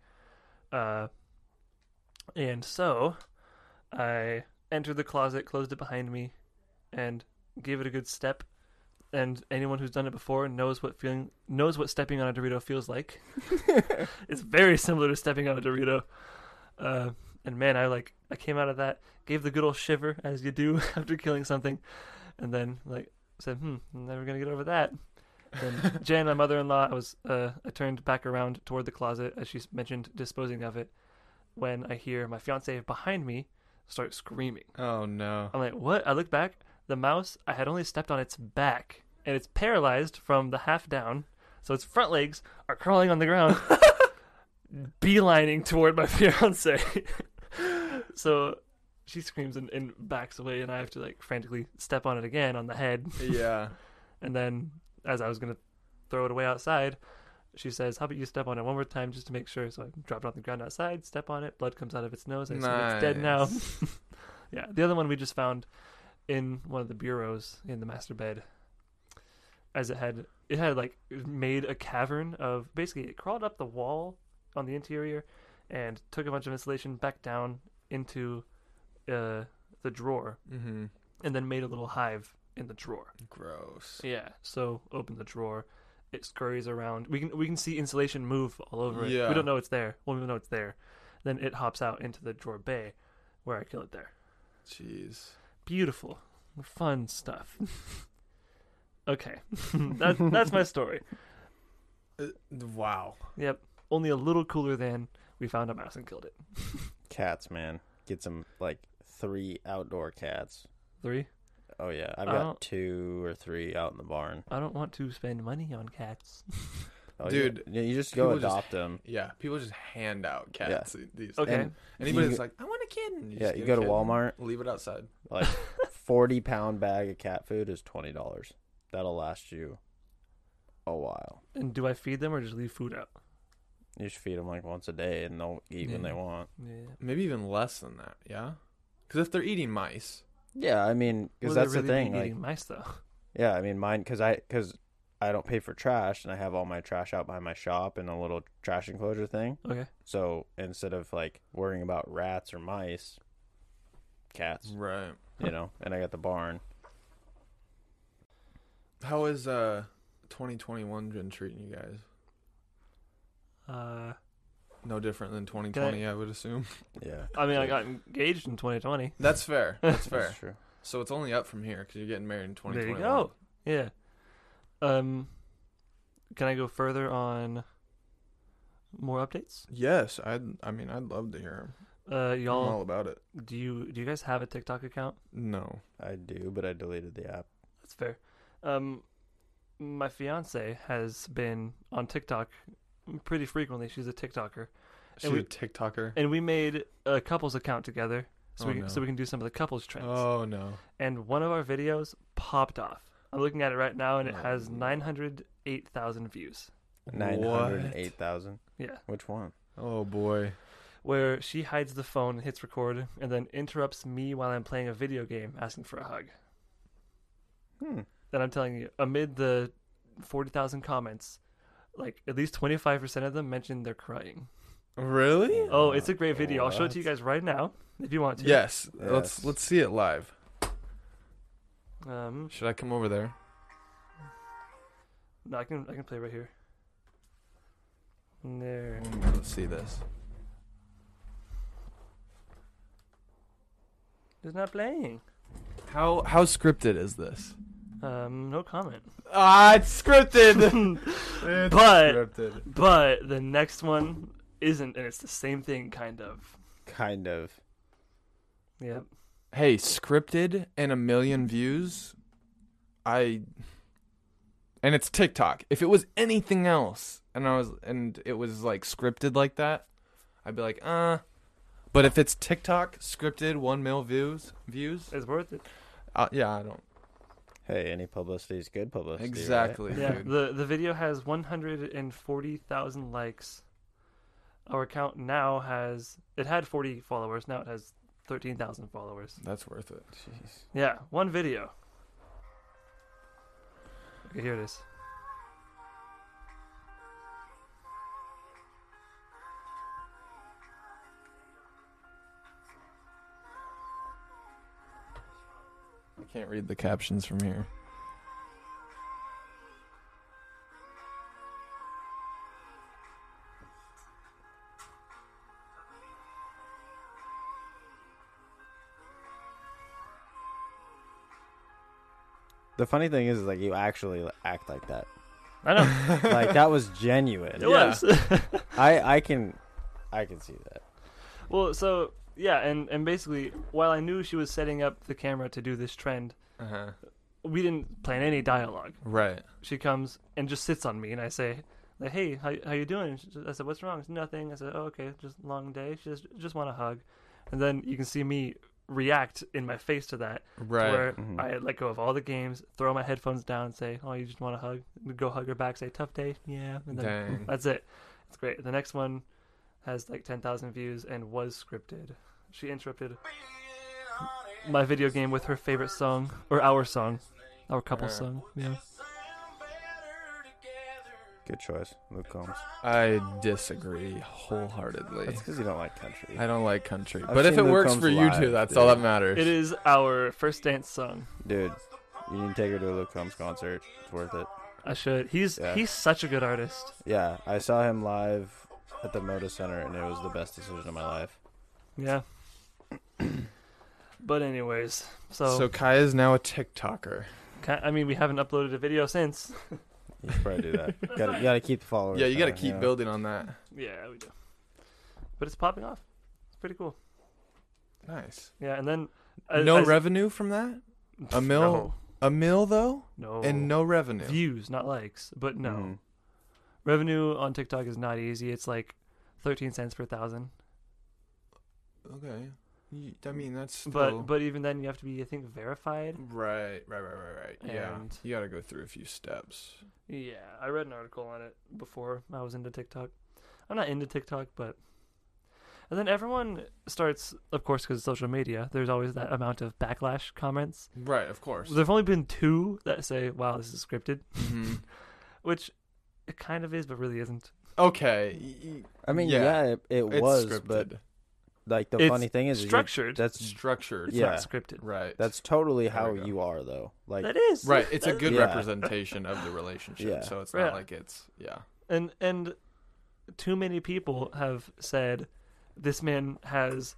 S1: Uh, and so I entered the closet, closed it behind me, and gave it a good step. And anyone who's done it before knows what feeling knows what stepping on a Dorito feels like. it's very similar to stepping on a Dorito. Uh, and man, I like I came out of that, gave the good old shiver as you do after killing something, and then like said, "Hmm, I'm never gonna get over that." Then Jen, my mother-in-law, I was uh, I turned back around toward the closet as she s- mentioned disposing of it, when I hear my fiance behind me start screaming.
S3: Oh no.
S1: I'm like, "What?" I look back. The mouse I had only stepped on its back, and it's paralyzed from the half down, so its front legs are crawling on the ground, beelining toward my fiance. so she screams and, and backs away, and I have to like frantically step on it again on the head,
S3: Yeah.
S1: and then as I was gonna throw it away outside, she says, "How about you step on it one more time just to make sure?" So I drop it on the ground outside, step on it, blood comes out of its nose. I assume it's dead now. yeah, the other one we just found in one of the bureaus in the master bed, as it had it had like made a cavern of basically it crawled up the wall on the interior and took a bunch of insulation back down into uh, the drawer
S3: Mm-hmm.
S1: and then made a little hive in the drawer.
S3: Gross.
S1: Yeah. So open the drawer. It scurries around. We can we can see insulation move all over it.
S3: Yeah.
S1: We don't know it's there. Well, we know it's there. Then it hops out into the drawer bay, where I kill it there.
S3: Jeez.
S1: Beautiful, fun stuff. okay, that, that's my story.
S3: Uh, wow.
S1: Yep. Only a little cooler than we found a mouse and killed it.
S2: Cats, man. Get some like three outdoor cats.
S1: Three.
S2: Oh yeah, I've
S1: I
S2: got
S1: don't-
S2: two or three out in the barn.
S1: I don't want to spend money on cats.
S2: Oh,
S3: Dude,
S2: you, you just go
S3: people just-
S2: adopt them.
S3: Yeah, people just hand out cats these
S1: Okay.
S2: And
S3: Anybody
S2: You-
S3: that's like, I want a kitten.
S2: Yeah,
S3: just
S2: you
S3: get
S2: go
S3: a
S2: to
S3: kitten,
S2: Walmart.
S3: Leave it outside.
S2: Like forty pound bag of cat food is twenty dollars. That'll last you a while.
S1: And do I feed them or just leave food out?
S2: You just feed them like once a day, and they'll eat when they
S1: Yeah.
S2: want.
S1: Yeah.
S3: Maybe even less than that. Yeah. Because if they're eating mice,
S2: Yeah, I mean, because
S1: Will they
S2: that's the
S1: really
S2: thing.
S1: Be
S2: Like,
S1: eating mice though.
S2: yeah, I mean, mine because I because I don't pay for trash, and I have all my trash out by my shop in a little trash enclosure thing.
S1: Okay.
S2: So instead of like worrying about rats or mice, cats,
S3: right?
S2: you know. And I got the barn.
S3: How is uh 2021 been treating you guys?
S1: Uh,
S3: No different than 2020, I would assume.
S2: Yeah,
S1: I mean, I got engaged in 2020.
S3: That's fair. That's fair.
S2: that's true.
S3: So it's only up from here because you're getting married in
S1: There you
S3: 2021.
S1: go. Yeah. Um, can I go further on more updates?
S3: Yes, I. would I mean, I'd love to hear. 'em.
S1: Uh,
S3: I'm
S1: y'all,
S3: all about it.
S1: do you do you guys have a TikTok account?
S3: No.
S2: I do, but I deleted the app.
S1: That's fair. Um, my fiance has been on TikTok pretty frequently. She's a TikToker,
S3: She's
S1: we-
S3: a TikToker.
S1: and we made a couples account together, so
S3: Oh,
S1: we can,
S3: no.
S1: so we can do some of the couples trends.
S3: Oh no.
S1: and one of our videos popped off. I'm looking at it right now, and it
S2: Oh,
S1: has
S2: no.
S1: 908,000 views.
S2: Nine hundred eight
S3: What?
S2: thousand.
S1: Yeah,
S2: Which one?
S3: Oh boy.
S1: where she hides the phone, hits record, and then interrupts me while I'm playing a video game, asking for a hug.
S2: Hmm.
S1: Then I'm telling you, amid the 40,000 comments, like at least 25% of them mentioned they're crying.
S3: Really?
S1: Oh, it's a great video. I'll show it to you
S2: What?
S1: guys right now if you want to.
S3: Yes.
S2: Yes.
S3: Let's let's see it live.
S1: Um,
S3: Should I come over there?
S1: no, I can I can play right here. There.
S3: Let's see this.
S1: It's not playing.
S3: How how scripted is this?
S1: Um, no comment.
S3: Ah, it's scripted. it's
S1: But-
S3: scripted.
S1: But the next one isn't, and it's the same thing, kind of.
S2: Kind of.
S1: Yep.
S3: Hey, scripted and a million views. I and it's TikTok. If it was anything else, and I was and it was like scripted like that, I'd be like, uh. But if it's TikTok scripted, one mil views views.
S1: It's worth it.
S3: Uh, yeah, I don't
S2: Hey, any publicity is good publicity. right?
S3: exactly.
S1: Yeah,
S3: dude.
S1: the the video has 140,000 likes. Our account now has it had 40 followers. Now it has 13,000 followers.
S3: That's worth it.
S1: Yeah, one video. Okay, here it is.
S3: I can't read the captions from here.
S2: The funny thing is, is like you actually act like that.
S1: I know
S2: Like that was
S1: it
S2: genuine.
S3: Yeah.
S1: was.
S2: I I can, I can see that.
S1: well, so yeah, and and basically, while I knew she was setting up the camera to do this trend,
S3: Uh huh.
S1: we didn't plan any dialogue.
S3: Right.
S1: she comes and just sits on me, and I say, like, "Hey, how how you doing?" And she, I said, "What's wrong?" It's nothing. I said, "Oh, okay, just long day." She says, "Just want a hug," and then you can see me react in my face to that. to
S3: Right.
S1: Where
S2: Mhm.
S1: I let go of all the games, throw my headphones down, and say, "Oh, you just want to hug?" Go hug her back, say, "Tough day, yeah," and then
S3: Dang.
S1: that's it. It's great. The next one has like 10,000 views and was scripted. She interrupted my video game with her favorite song, or our song, our couple
S3: Uh.
S1: song. Yeah.
S2: Good choice, Luke Combs.
S3: I disagree wholeheartedly.
S2: That's because you don't like country.
S3: I don't like country.
S2: I've
S3: but if
S2: seen
S3: it
S2: Luke
S3: works
S2: Combs
S3: for you
S2: live,
S3: two, that's
S2: dude.
S3: all that matters.
S1: It is our first dance song.
S2: Dude, you need to take her to a Luke Combs concert. It's worth it.
S1: I should. He's
S2: Yeah.
S1: he's such a good artist.
S2: Yeah, I saw him live at the Moda Center, and it was the best decision of my life.
S1: Yeah. but anyways, so,
S3: So Kai is now a TikToker.
S1: ki I mean, we haven't uploaded a video since.
S2: You should probably do that. gotta, you gotta keep the followers.
S3: Yeah, you got to
S2: coming,
S3: keep
S2: know?
S3: building on that.
S1: yeah, we do. But it's popping off. It's pretty cool.
S3: Nice.
S1: Yeah, and then uh,
S3: no
S1: I-
S3: revenue from that? a mil?
S1: No.
S3: A mill though?
S1: No.
S3: And no revenue.
S1: views, not likes. But no,
S2: Mhm.
S1: revenue on TikTok is not easy. It's like thirteen cents per thousand.
S3: Okay. You- I mean, that's still-
S1: But but even then, you have to be, I think, verified.
S3: Right, right, right, right, right. Yeah.
S1: And-
S3: You got to go through a few steps.
S1: Yeah, I read an article on it before I was into TikTok. I'm not into TikTok, but and then everyone starts, of course, because social media. There's always that amount of backlash comments.
S3: Right, of course.
S1: There've only been two that say, "Wow, this is scripted,"
S3: Mhm.
S1: which it kind of is, but really isn't.
S3: Okay. y- y-
S2: I mean,
S3: Yeah.
S2: yeah, it, it
S3: It's
S2: was, but
S3: scripted.
S2: like the
S1: It's
S2: funny thing is, is you-
S1: structured.
S2: that's
S3: structured.
S1: it's
S2: yeah.
S1: not scripted.
S3: Right.
S2: that's totally
S3: There we
S2: how
S3: go.
S2: you are, though. Like,
S1: that is
S3: right. It's a
S1: that-
S3: good
S2: Yeah.
S3: representation of the relationship.
S2: Yeah.
S3: So it's
S1: Yeah.
S3: not like it's yeah.
S1: and and too many people have said this man has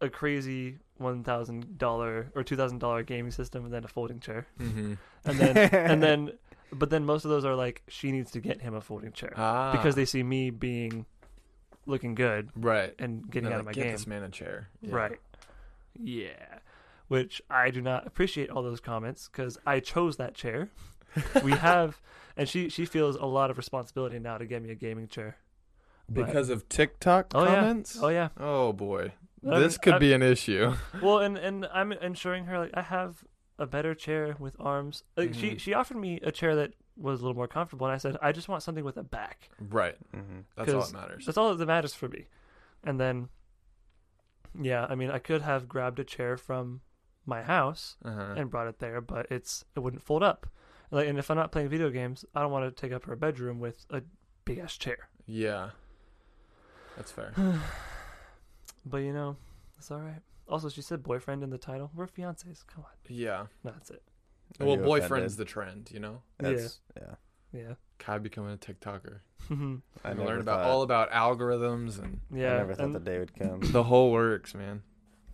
S1: a crazy one thousand dollar or two thousand dollar gaming system and then a folding chair
S3: Mm-hmm.
S1: and then and then but then most of those are like she needs to get him a folding chair
S3: Ah.
S1: because they see me being looking good
S3: right
S1: and getting
S3: They're
S1: out of my
S3: like, Get
S1: game
S3: this man a chair. Yeah.
S1: right yeah which i do not appreciate all those comments because i chose that chair we have and she she feels a lot of responsibility now to get me a gaming chair But-
S3: Because of TikTok
S1: Oh, yeah.
S3: comments.
S1: oh yeah
S3: Oh boy,
S1: Um,
S3: this could
S1: I-
S3: be an issue.
S1: well and and i'm ensuring her like i have a better chair with arms like she
S3: Mhm.
S1: she offered me a chair that was a little more comfortable and i said i just want something with a back
S3: right.
S2: Mhm.
S3: That's all
S1: 'Cause-
S3: that matters.
S1: that's all that matters for me and then yeah i mean i could have grabbed a chair from my house
S3: Uh-huh.
S1: and brought it there, but it's it wouldn't fold up. Like, and if I'm not playing video games, I don't want to take up her bedroom with a big ass chair.
S3: yeah. That's fair.
S1: But you know, it's all right. Also, she said boyfriend in the title. We're fiancés. Come on,
S3: Yeah.
S1: No, that's it.
S2: Are
S3: well,
S2: you
S3: boyfriend's
S2: offended?
S3: the trend, you know.
S1: Yeah.
S2: That's, yeah.
S1: Yeah,
S3: Kai becoming a TikToker.
S2: I
S3: and
S2: never
S3: learn about
S2: thought-
S3: all about algorithms and
S1: yeah.
S2: I never thought
S1: and
S2: the day would come.
S3: the whole works, man.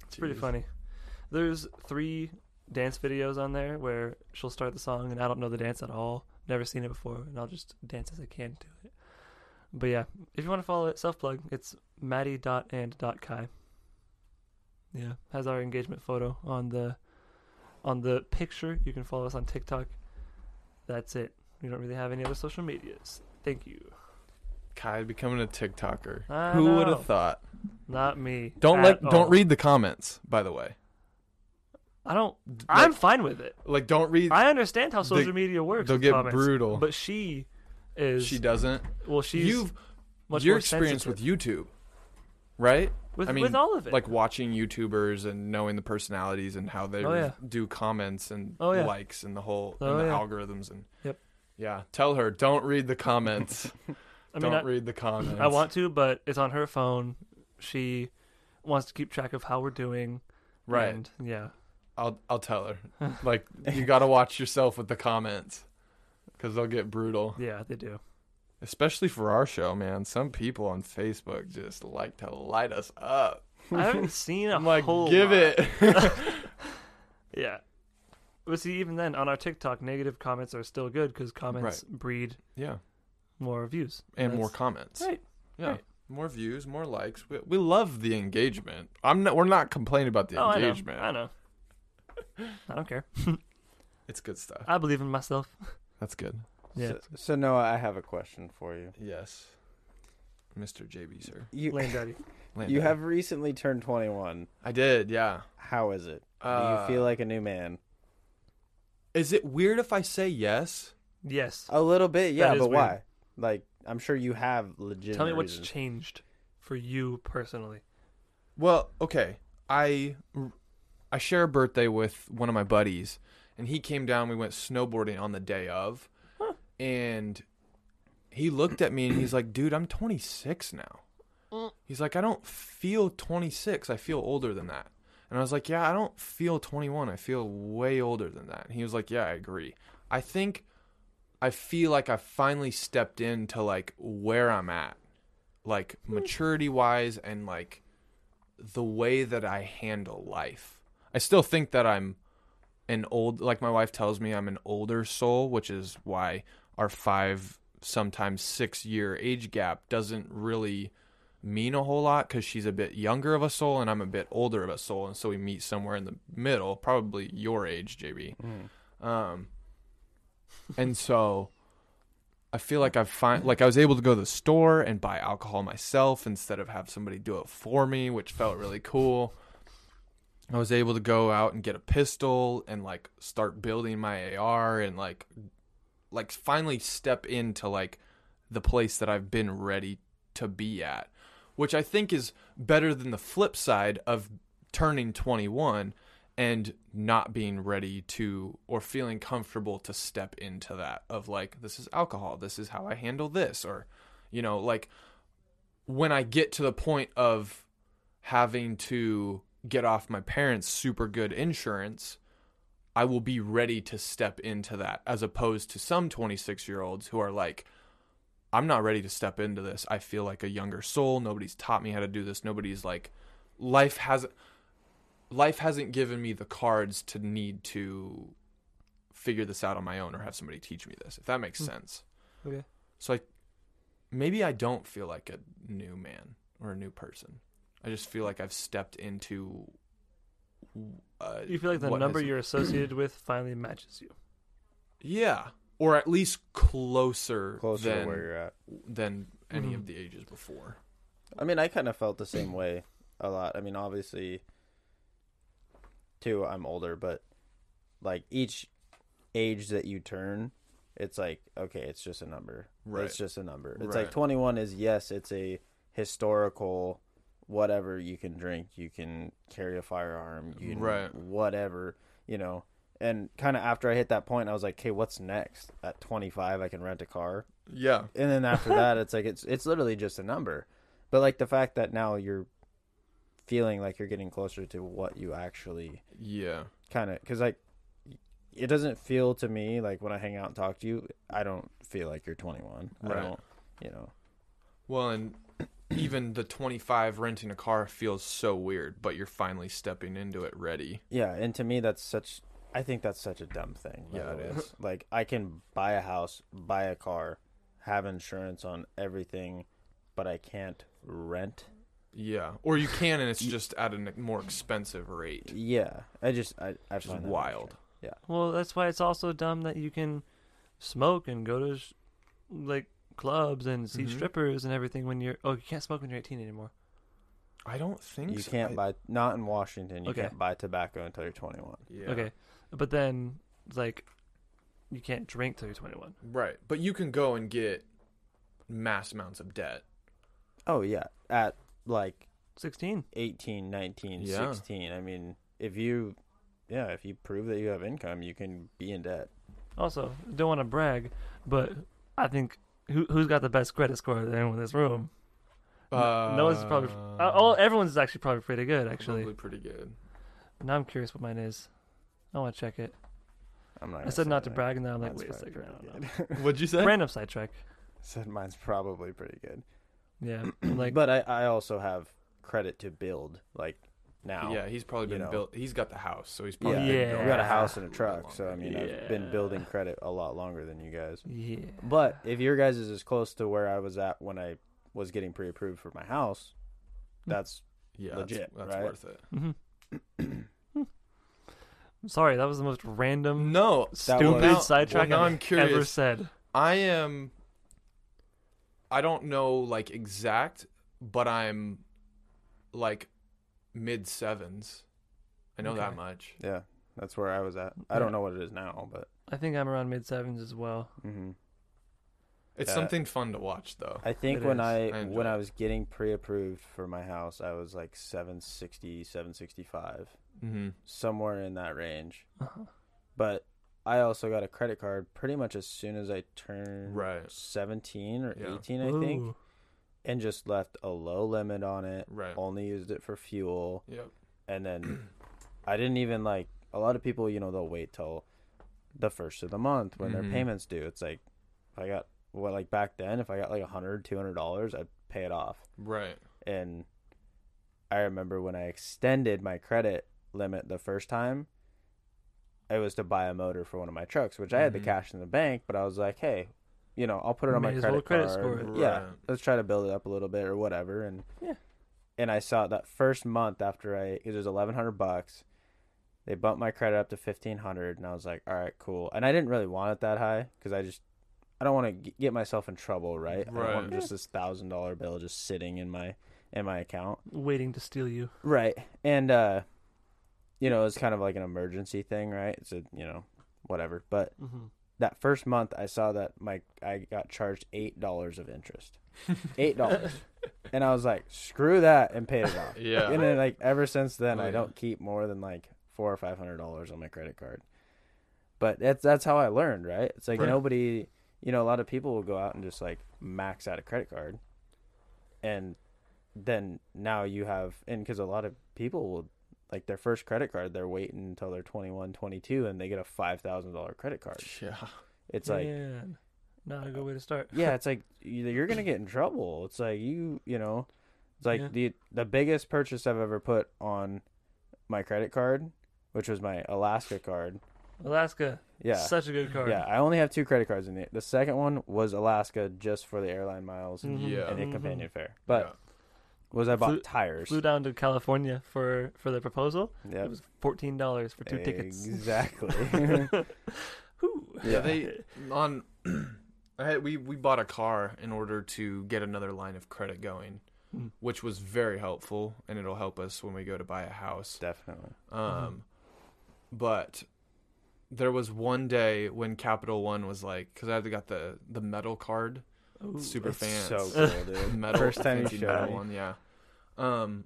S1: it's pretty
S3: Jeez.
S1: funny. There's three dance videos on there where she'll start the song and I don't know the dance at all. Never seen it before, and I'll just dance as I can to it. But yeah, if you want to follow it, self plug. It's Maddie dot and dot Kai. Yeah, has our engagement photo on the on the picture. You can follow us on TikTok. That's it. We don't really have any other social medias. Thank you.
S3: Kai becoming a TikToker.
S1: I
S3: Who would
S1: know.
S3: have thought?
S1: Not me.
S3: Don't
S1: at
S3: like.
S1: all.
S3: Don't read the comments. By the way,
S1: I don't.
S3: D- like,
S1: I'm fine with it.
S3: like don't read.
S1: I understand how
S3: They-
S1: social media works.
S3: they'll
S1: with
S3: get
S1: comments,
S3: brutal.
S1: But she is.
S3: she doesn't.
S1: Well, she's
S3: You've
S1: much
S3: your
S1: more
S3: experience
S1: sensitive.
S3: with YouTube, right?
S1: with,
S3: I mean,
S1: with all of it.
S3: Like watching YouTubers and knowing the personalities and how they
S1: Oh, yeah.
S3: do comments and
S1: Oh, yeah.
S3: likes and the whole
S1: Oh,
S3: and the
S1: yeah.
S3: algorithms and.
S1: Yep.
S3: Yeah, tell her don't read the comments.
S1: I
S3: don't
S1: mean, I,
S3: read the comments.
S1: I want to, but it's on her phone. She wants to keep track of how we're doing.
S3: right.
S1: and, yeah.
S3: I'll I'll tell her. Like you got to watch yourself with the comments cuz they'll get brutal.
S1: Yeah, they do.
S3: Especially for our show, man. Some people on Facebook just like to light us up.
S1: I haven't seen a
S3: I'm like,
S1: whole
S3: "Give
S1: lot.
S3: it."
S1: Yeah. But see, even then, on our TikTok, negative comments are still good because comments breed
S3: yeah.
S1: more views.
S3: And more
S1: That's-
S3: comments.
S1: Right.
S3: Yeah.
S1: right.
S3: More views, more likes. We, we love the engagement. I'm not, we're not complaining about the
S1: Oh, I know.
S3: engagement.
S1: I know. I don't care.
S3: It's good stuff.
S1: I believe in myself.
S3: That's good.
S1: Yeah.
S2: So, so Noah, I have a question for you.
S3: Yes. Mr. JB sir.
S2: You
S1: Lame daddy.
S3: Land
S2: You
S3: better.
S2: have recently turned 21.
S3: I did, yeah.
S2: How is it?
S3: Uh,
S2: Do you feel like a new man?
S3: Is it weird if I say yes?
S1: Yes.
S2: A little bit, yeah,
S1: is
S2: but
S1: weird.
S2: why? Like, I'm sure you have legitimate.
S1: Tell me what's
S2: reasons.
S1: changed for you personally.
S3: Well, okay. I I share a birthday with one of my buddies, and he came down. We went snowboarding on the day of, and he looked at me and he's like, "Dude, I'm 26 now." He's like, "I don't feel 26. I feel older than that." And I was like, "Yeah, I don't feel 21. I feel way older than that." And he was like, "Yeah, I agree. I think I feel like I finally stepped into like where I'm at, like maturity wise, and like." the way that I handle life. I still think that I'm an old, like my wife tells me, I'm an older soul, which is why our five, sometimes six year age gap doesn't really mean a whole lot because she's a bit younger of a soul and I'm a bit older of a soul. And so we meet somewhere in the middle, probably your age, JB. Um, and so. I feel like I've find like I was able to go to the store and buy alcohol myself instead of have somebody do it for me, which felt really cool. I was able to go out and get a pistol and like start building my AR and like like finally step into like the place that I've been ready to be at, which I think is better than the flip side of turning 21 and not being ready to or feeling comfortable to step into that of like this is alcohol, this is how I handle this or you know like when I get to the point of having to get off my parents super good insurance I will be ready to step into that as opposed to some 26 year olds who are like, I'm not ready to step into this. I feel like a younger soul. Nobody's taught me how to do this. Nobody's like, life hasn't, life hasn't given me the cards to need to figure this out on my own or have somebody teach me this, if that makes
S1: Hmm.
S3: sense.
S1: Okay.
S3: So I, maybe I don't feel like a new man or a new person. I just feel like I've stepped into. Uh,
S1: You feel like the
S3: what
S1: number
S3: has-
S1: you're associated with finally matches you.
S3: Yeah, or at least closer,
S2: Closer
S3: than
S2: to where you're at.
S3: than any
S1: Mhm.
S3: of the ages before.
S2: I mean, I kind of felt the same way a lot. I mean, obviously, too, I'm older, but like each age that you turn, it's like, okay, it's just a number.
S3: Right.
S2: It's just a number. It's
S3: Right.
S2: like 21 is, yes, it's a historical whatever you can drink, you can carry a firearm, you can
S3: Right.
S2: whatever, you know. And kind of after I hit that point, I was like, okay, what's next? At 25, I can rent a car
S3: Yeah,
S2: and then after that it's like it's it's literally just a number but like the fact that now you're feeling like you're getting closer to what you actually
S3: yeah,
S2: kind of because like it doesn't feel to me like when i hang out and talk to you i don't feel like you're 21 i
S3: Right.
S2: don't you know
S3: Well, and even the 25 renting a car feels so weird, but you're finally stepping into it ready.
S2: yeah and to me that's such i think that's such a dumb thing by the
S3: Yeah, it
S2: way.
S3: is.
S2: like i can buy a house buy a car have insurance on everything but i can't rent
S3: Yeah, or you can, and it's just at a n- more expensive rate.
S2: yeah i just i, I
S3: Just
S2: find that
S3: wild.
S1: Well, that's why it's also dumb that you can smoke and go to sh- like clubs and see
S3: Mhm.
S1: strippers and everything when you're. Oh, you can't smoke when you're 18 anymore.
S3: I don't think
S2: You
S3: so.
S2: can't
S3: I-
S2: buy not in Washington. You
S1: Okay.
S2: can't buy tobacco until you're 21.
S3: Yeah.
S1: Okay, but then like you can't drink till you're 21.
S3: Right, but you can go and get mass amounts of debt.
S2: Oh yeah, at like
S1: 16.
S2: 18, 19,
S3: Yeah.
S2: 16. I mean, if you yeah, if you prove that you have income, you can be in debt.
S1: Also, don't want to brag, but I think who who's got the best credit score of anyone in this room? No- no one's probably- Uh, all everyone's is actually probably pretty good. Actually,
S3: probably pretty good.
S1: now I'm curious what mine is. I want to check it.
S2: I'm not.
S1: I
S2: gonna
S1: said
S2: say
S1: not to
S2: anything.
S1: brag, and then I'm like,
S2: Mine's
S1: wait a
S2: probably
S1: second. I
S2: pretty
S1: don't know.
S2: good.
S3: What'd you say?
S1: Random sidetrack.
S2: said mine's probably pretty good.
S1: Yeah, like
S2: but I, I also have credit to build like now.
S3: Yeah, he's probably
S2: you
S3: been
S2: know.
S3: built. He's got the house, so he's
S2: Yeah,
S3: probably been
S1: Yeah.
S3: built
S2: we got a
S3: for
S2: house and a
S3: little
S2: truck,
S3: longer.
S2: so I mean, I've been
S1: Yeah.
S2: building credit a lot longer than you guys.
S1: yeah.
S2: But if your guys is as close to where I was at when I was getting pre-approved for my house,
S3: Hmm.
S2: that's
S3: yeah,
S2: legit,
S3: That's, that's
S2: right?
S3: worth it.
S1: Mhm. Hmm. I'm sorry, that was the most random,
S3: Um, No,
S2: was-
S1: stupid
S2: Now-
S1: sidetrack
S3: well, now
S1: I've
S3: I'm curious.
S1: ever said.
S3: I am. I don't know like exact, but I'm like mid sevens. I know that
S1: Okay.
S3: much.
S2: Yeah, that's where I was at. I
S1: Yeah.
S2: don't know what it is now, but
S1: I think I'm around mid sevens as well.
S2: hmm
S3: It's
S2: Yeah.
S3: something fun to watch though.
S2: I think
S1: It
S2: when
S1: is.
S2: I,
S3: I enjoy
S2: when I
S3: it.
S2: was getting pre-approved for my house, I was like 760, 765,
S3: Mm-hmm.
S2: somewhere in that range.
S1: Uh-huh.
S2: But I also got a credit card pretty much as soon as I turned
S3: Right.
S2: 17 or
S3: Yeah.
S2: 18, I think,
S1: Ooh.
S2: and just left a low limit on it.
S3: Right.
S2: Only used it for fuel.
S3: Yep.
S2: and then I didn't even like a lot of people, you know, they'll wait till the first of the month when
S3: Mhm.
S2: their payments due. It's like if I got well like back then if I got like a hundred, two hundred dollars, I'd pay it off.
S3: Right.
S2: And I remember when I extended my credit limit the first time, it was to buy a motor for one of my trucks, which I had the
S3: Mhm.
S2: cash in the bank, but I was like, hey, you know, I'll put it on
S1: Mm-hmm. May
S2: my
S1: as well
S2: credit,
S1: credit score
S2: card.
S3: it.
S2: Yeah,
S3: Right.
S2: let's try to build it up a little bit or whatever. And
S1: Yeah.
S2: and I saw that first month after I it was eleven hundred bucks. They bumped my credit up to fifteen hundred, and I was like, all right, cool. And I didn't really want it that high because I just I don't want to get myself in trouble, right? I don't
S3: Right.
S2: want just this thousand dollar bill just sitting in my in my account.
S1: Waiting to steal you.
S2: Right. And uh you know, it's kind of like an emergency thing, right? It's a you know, whatever. But
S1: hmm
S2: that first month I saw that my I got charged eight dollars of interest. Eight dollars. and I was like, screw that and paid it off.
S3: Yeah.
S2: And then like ever since then
S3: Oh,
S2: I
S3: yeah.
S2: don't keep more than like four or five hundred dollars on my credit card. But that's that's how I learned, right? It's like
S3: Right.
S2: nobody you know, a lot of people will go out and just like max out a credit card and then now you have and because a lot of people will like their first credit card they're waiting until they're 21 22 and they get a $5000 credit card
S3: Yeah.
S2: it's like
S1: Man. Not a good way to start.
S2: yeah, it's like you- you're gonna get in trouble. It's like you, you know, it's like
S1: Yeah.
S2: the the biggest purchase I've ever put on my credit card, which was my Alaska card.
S1: Alaska,
S2: Yeah,
S1: such a good card.
S2: yeah. I only have two credit cards in the. The second one was Alaska, just for the airline miles
S1: Mhm.
S3: Yeah.
S2: and the
S1: Mhm.
S2: companion fare. But
S3: Yeah.
S2: was I bought
S1: Flew-
S2: tires?
S1: Flew down to California for for the proposal.
S2: yeah,
S1: It was fourteen dollars for two tickets.
S2: Exactly.
S1: Whew.
S2: Yeah.
S3: They on I had, we we bought a car in order to get another line of credit going,
S1: Mm.
S3: which was very helpful and it'll help us when we go to buy a house.
S2: Definitely.
S3: Um but there was one day when Capital One was like cuz I had got the the metal card,
S1: Ooh.
S3: super
S2: It's
S3: fans.
S2: so cool, dude.
S3: metal
S2: First time you
S3: fancy
S2: showed
S3: metal
S2: me.
S3: one, yeah. Um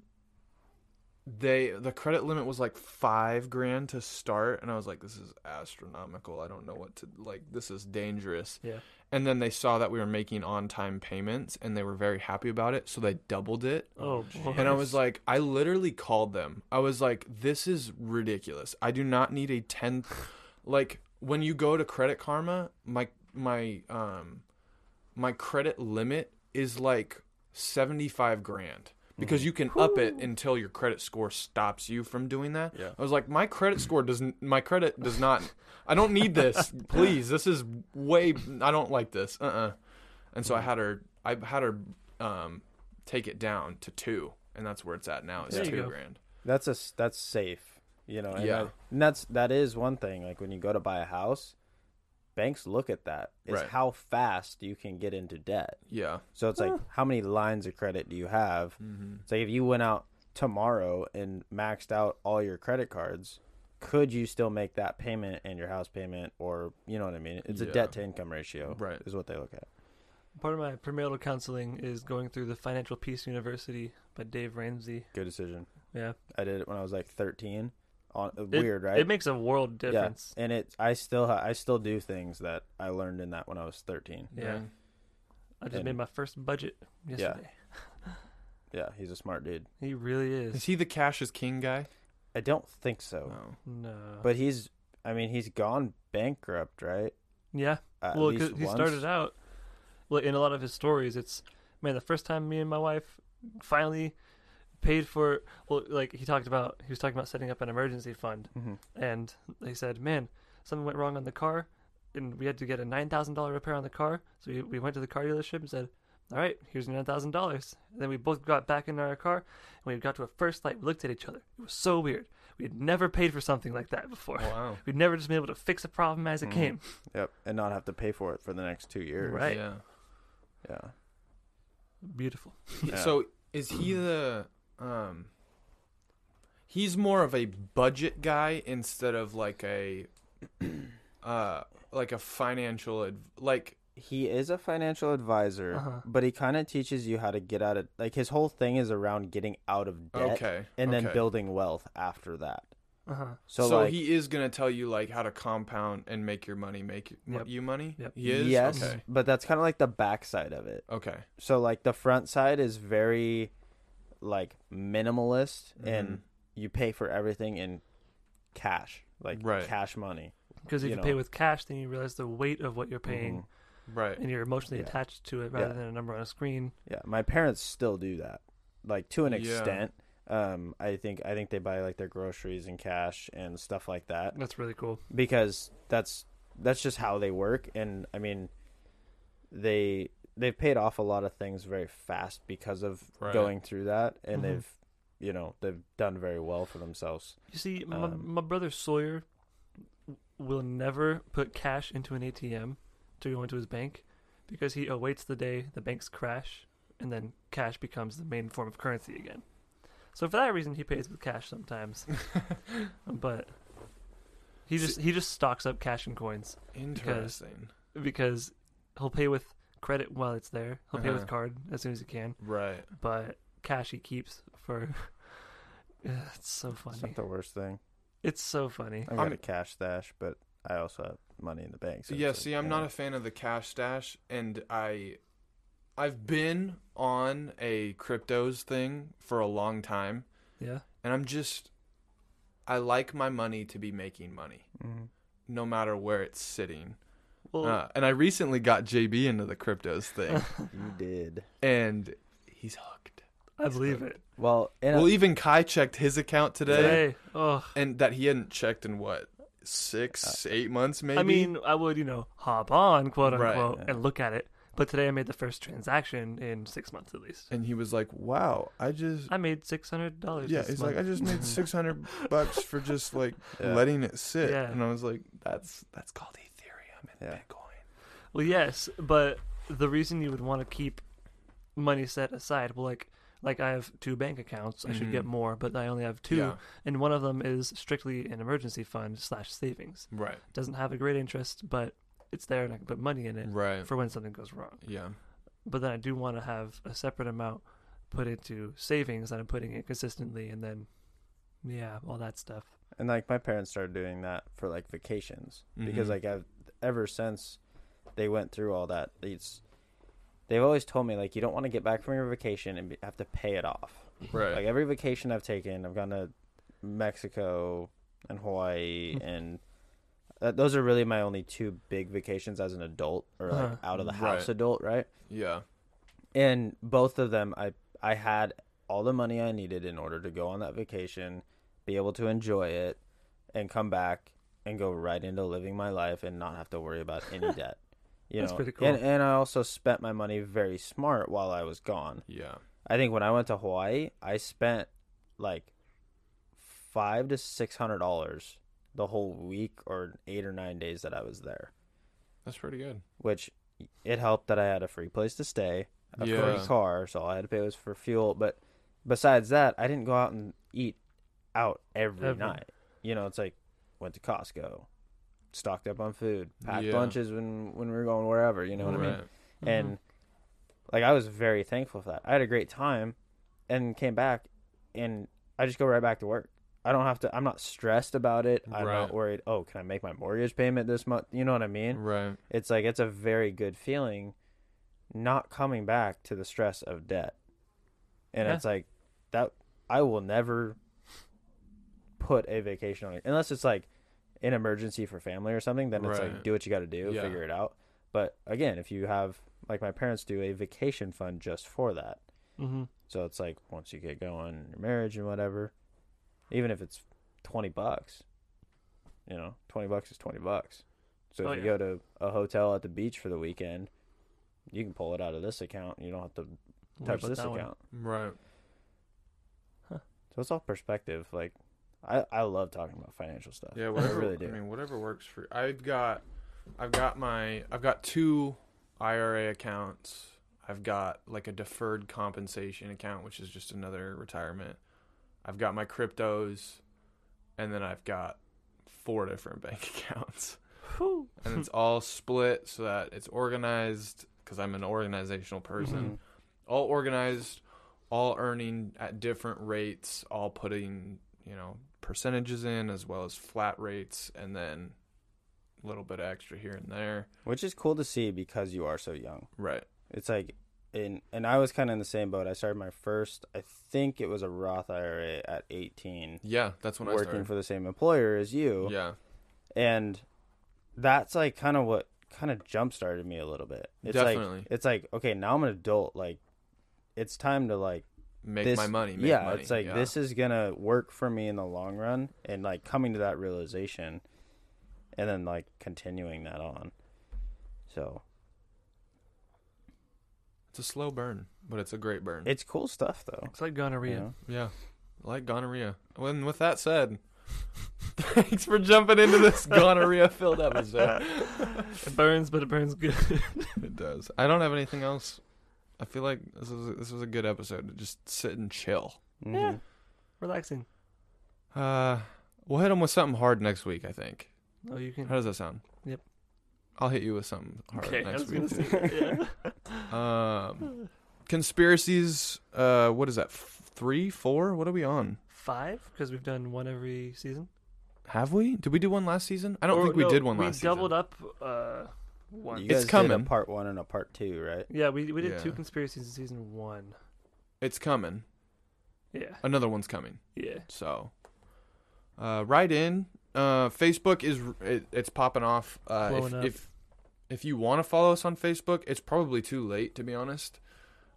S3: they the credit limit was like 5 grand to start and I was like this is astronomical. I don't know what to like this is dangerous.
S1: Yeah.
S3: And then they saw that we were making on-time payments and they were very happy about it, so they doubled it.
S1: Oh, boy.
S3: And I was like, I literally called them. I was like, this is ridiculous. I do not need a 10 like when you go to Credit Karma, my my um my credit limit is like 75 grand because
S2: Mm-hmm.
S3: you can up it until your credit score stops you from doing that.
S2: Yeah.
S3: I was like, my credit score doesn't my credit does not I don't need this. Please. This is way I don't like this. Uh-uh. And so I had her I had her um take it down to 2 and that's where it's at now. It's
S1: There you
S3: 2
S1: go.
S3: grand.
S2: that's a s- that's safe you know and
S3: Yeah.
S2: that- and that's that is one thing like when you go to buy a house banks look at that is
S3: Right.
S2: how fast you can get into debt
S3: Yeah.
S2: so it's like how many lines of credit do you have
S3: Mhm.
S1: Mm-hmm.
S2: it's like if you went out tomorrow and maxed out all your credit cards could you still make that payment and your house payment or you know what i mean it's
S3: Yeah.
S2: a debt to income ratio
S3: Right.
S2: is what they look at
S1: Part of my premarital counseling is going through the Financial Peace University by Dave Ramsey.
S2: good decision
S1: Yeah,
S2: i did it when i was like 13 on
S1: It-
S2: weird right
S1: It makes a world difference.
S2: Yeah, and it I still ha- I still do things that I learned in that when I was 13.
S1: Yeah.
S3: Dang.
S1: I just
S2: And-
S1: made my first budget yesterday.
S2: Yeah, he's a smart dude.
S1: He really
S3: Is
S1: is.
S3: he the cash is king guy?
S2: I don't think
S1: Oh.
S2: so,
S3: No.
S1: No,
S2: but he's I mean he's gone bankrupt, right?
S1: yeah.
S2: At
S1: well,
S2: least
S1: because he
S2: once.
S1: started out. Well, in a lot of his stories, it's man. The first time me and my wife finally paid for. Well, like he talked about, he was talking about setting up an emergency fund,
S2: Mhm.
S1: and they said, man, something went wrong on the car, and we had to get a nine thousand dollar repair on the car. So we, we went to the car dealership and said. All right, here's your nine thousand dollars. Then we both got back in our car, and we got to a first light. We looked at each other. It was so weird. We had never paid for something like that before.
S3: Wow.
S1: We'd never just been able to fix a problem as it
S2: Mhm.
S1: came.
S2: Yep, and not have to pay for it for the next 2 years.
S1: Right.
S3: Yeah.
S2: Yeah.
S1: Beautiful.
S2: Yeah. Mm-hmm.
S3: So is he the um he's more of a budget guy instead of like a uh like a financial adv- like
S2: He is a financial advisor,
S1: Uh-huh.
S2: but he kind of teaches you how to get out of like his whole thing is around getting out of debt
S3: okay
S2: and then
S3: okay.
S2: building wealth after that.
S1: Uh huh.
S2: So,
S3: so
S2: like,
S3: he is gonna tell you like how to compound and make your money make y- mo-
S1: Yep.
S3: you money
S1: Yep.
S3: he is
S2: yes,
S3: okay
S2: but that's kind of like the backside of it.
S3: okay
S2: so like the front side is very like minimalist and
S3: Mhm.
S2: you pay for everything in cash like
S3: Right.
S2: cash money
S1: Because if you,
S2: You know.
S1: pay with cash, then you realize the weight of what you're paying,
S2: Mhm.
S3: Mm-hmm. right
S1: and you're emotionally
S2: Yeah.
S1: attached to it rather
S2: Yeah.
S1: than a number on a screen.
S2: yeah my parents still do that like to an
S3: Yeah.
S2: extent um i think i think they buy like their groceries in cash and stuff like that
S1: That's really cool.
S2: because that's that's just how they work and i mean they they've paid off a lot of things very fast because of
S3: Right. Mm-hmm.
S2: going through that and
S1: Mhm.
S2: they've you know they've done very well for themselves
S1: You see, my,
S2: Um,
S1: my brother Sawyer w- will never put cash into an ATM to go into his bank because he awaits the day the banks crash and then cash becomes the main form of currency again. So for that reason, he pays with cash sometimes, but he just he just stocks up cash and coins
S3: interesting
S1: because he'll pay with credit while it's there. He'll pay with
S3: Uh-huh.
S1: card as soon as he can,
S3: right
S1: but cash he keeps for. Yeah, it's so funny.
S2: It's not the worst thing.
S1: It's so funny.
S2: I've
S3: I'm-
S2: got a cash stash, but I also have money in the bank. So
S3: yeah, see, I'm not a fan of the cash stash, and I, I've been on a cryptos thing for a long time,
S1: Yeah.
S3: and I'm just, I like my money to be making money, no matter where it's sitting.
S1: Well,
S3: Uh, and I recently got JB into the cryptos thing,
S2: You did
S3: and he's hooked.
S1: I believe it.
S2: well. And
S3: Well, even Kai checked his account today,
S1: Today, oh,
S3: and that he hadn't checked in what six, eight months, maybe.
S1: Uh, I mean, I would, you know, hop on, quote
S3: Right.
S1: unquote,
S2: Yeah.
S1: and look at it. But today I made the first transaction in six months at least.
S3: and he was like, "Wow, I just
S1: I made six hundred dollars.
S3: Yeah, it's like I just made six hundred bucks for just like
S2: Yeah.
S3: letting it sit,
S1: Yeah.
S3: and I was like, that's that's called Ethereum and
S2: Yeah.
S3: Bitcoin.
S1: Well, yes, but the reason you would want to keep money set aside, well, like, like I have two bank accounts. I should get
S3: Mhm.
S1: more, but I only have two,
S3: Yeah,
S1: and one of them is strictly an emergency fund slash savings.
S3: right,
S1: Doesn't have a great interest, but it's there, and I can put money in it
S3: right,
S1: for when something goes wrong.
S3: yeah,
S1: but then I do want to have a separate amount put into savings that I'm putting in consistently, and then yeah, all that stuff.
S2: and like my parents started doing that for like vacations because
S3: Mhm.
S2: like I've ever since they went through all that. It's they've always told me like you don't want to get back from your vacation and be, have to pay it off.
S3: right,
S2: Like every vacation I've taken, I've gone to Mexico and Hawaii,
S1: Hmm.
S2: and uh, those are really my only two big vacations as an adult or like
S1: Uh-huh.
S2: out of the
S3: Right.
S2: house adult, right?
S3: yeah,
S2: and both of them i i had all the money i needed in order to go on that vacation be able to enjoy it and come back and go right into living my life and not have to worry about any debt you
S1: That's
S2: know
S1: pretty cool.
S2: and, and i also spent my money very smart while i was gone
S3: yeah,
S2: i think when i went to hawaii i spent like five to six hundred dollars the whole week or eight or nine days that i was there
S3: that's pretty good.
S2: which it helped that I had a free place to stay, a
S3: Yeah.
S2: free car, so all I had to pay was for fuel. But besides that, I didn't go out and eat out every
S1: Every-
S2: night. You know, it's like went to Costco, stocked up on food, packed
S3: Yeah.
S2: lunches when when we were going wherever. You know what I mean?
S3: right.
S2: And like I was very thankful for that. I had a great time, and came back, and I just go right back to work. I don't have to. I'm not stressed about it. I'm
S3: Right.
S2: not worried. Oh, can I make my mortgage payment this month? You know what I mean?
S3: right,
S2: it's like it's a very good feeling not coming back to the stress of debt and
S1: Yeah.
S2: it's like that i will never put a vacation on it unless it's like an emergency for family or something then it's like
S3: Right.
S2: do what you got to do
S3: Yeah.
S2: figure it out but again if you have like my parents do a vacation fund just for that
S3: Mm-hmm.
S1: hmm
S2: so it's like once you get going in your marriage and whatever even if it's 20 bucks you know 20 bucks is 20 bucks so if
S1: Oh,
S2: you
S1: yeah.
S2: go to a hotel at the beach for the weekend you can pull it out of this account you don't have to touch this account
S3: right,
S2: so it's all perspective like I, I love talking about financial stuff
S3: yeah, whatever.
S2: I really
S3: I
S2: do
S3: mean, whatever works for. I've got, I've got my, I've got two IRA accounts. I've got like a deferred compensation account, which is just another retirement. I've got my cryptos, and then I've got four different bank accounts,
S1: Whew.
S3: and it's all split so that it's organized because I'm an organizational person.
S1: Mm-hmm.
S2: Mhm.
S3: All organized, all earning at different rates, all putting you know percentages in as well as flat rates, and then a little bit extra here and there.
S2: Which is cool to see because you are so young.
S3: Right.
S2: It's like, and and I was kind of in the same boat. I started my first, I think it was a Roth IRA at 18,
S3: Yeah, that's when I
S2: working
S3: started.
S2: for the same employer as you,
S3: yeah.
S2: and that's like kind of what kind of jump started me a little bit. It's
S3: Definitely.
S2: Like, it's like okay, now I'm an adult. Like, it's time to like
S3: Make
S2: this-
S3: my money. Make
S2: yeah,
S3: money.
S2: it's like
S3: yeah.
S2: this is gonna work for me in the long run, and like coming to that realization, and then like continuing that on. So
S3: It's a slow burn, but it's a great burn.
S2: it's cool stuff,
S3: Oh.
S2: though.
S1: It's like
S2: you
S1: gonorrhea.
S2: know?
S3: yeah, like gonorrhea. And with that said, thanks for jumping into this gonorrhea-filled episode.
S1: It burns, but it burns good.
S3: it does. I don't have anything else. I feel like this was this was a good episode to just sit and chill.
S1: Yeah.
S2: Mhm.
S1: Relaxing.
S3: Uh, we'll hit them with something hard next week. I think.
S1: Oh, you can.
S3: How does that sound?
S1: Yep.
S3: I'll hit you with something hard
S1: Okay, I
S3: next
S1: was
S3: week.
S1: gonna
S3: too.
S1: say that, yeah.
S3: Um, conspiracies. Uh, what is that? F- three, four? What are we on?
S1: Five, because we've done one every season.
S3: Have we? Did we do one last season? I don't
S1: Or
S3: think we
S1: no,
S3: did one last
S1: We doubled
S3: season.
S1: up uh, one.
S2: Mm-hmm. You guys
S3: It's
S2: Did
S3: coming.
S2: a part one and a part two, right?
S1: yeah, we we did two
S3: Yeah.
S1: conspiracies in season one.
S3: It's coming.
S1: Yeah,
S3: Another one's coming.
S1: yeah.
S3: So, uh, right in. Uh, Facebook is it, it's popping off. Uh, if,
S1: Blowing up.
S3: if if you want to follow us on Facebook, it's probably too late to be honest.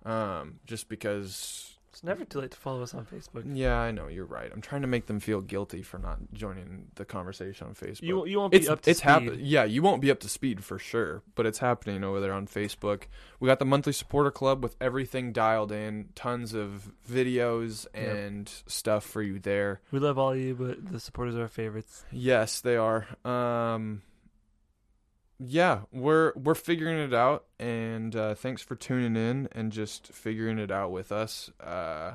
S3: Um, just because.
S1: It's never too late to follow us on Facebook.
S3: Yeah, I know you're right. I'm trying to make them feel guilty for not joining the conversation on Facebook.
S1: You you won't be
S3: it's
S1: up to
S3: it's
S1: speed.
S3: happening. Yeah, you won't be up to speed for sure, but it's happening over there on Facebook. We got the monthly supporter club with everything dialed in, tons of videos
S1: Yep.
S3: and stuff for you there.
S1: We love all of you, but the supporters are our favorites.
S3: Yes, they are. Um, yeah, we're we're figuring it out, and uh, thanks for tuning in and just figuring it out with us. Uh,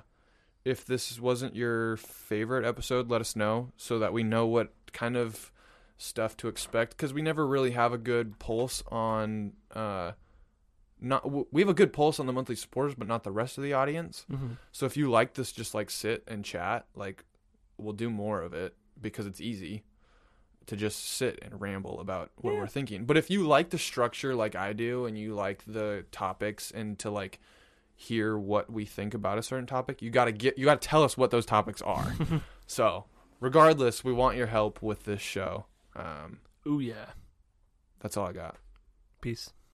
S3: if this wasn't your favorite episode, let us know so that we know what kind of stuff to expect because we never really have a good pulse on. Uh, not w- we have a good pulse on the monthly supporters, but not the rest of the audience.
S1: Mhm.
S3: So if you like this, just like sit and chat. Like we'll do more of it because it's easy to just sit and ramble about what
S1: Yeah.
S3: we're thinking. But if you like the structure like I do and you like the topics and to like hear what we think about a certain topic, you got to get you got to tell us what those topics are. so, regardless, we want your help with this show. Um
S1: Ooh yeah.
S3: that's all I got.
S1: Peace.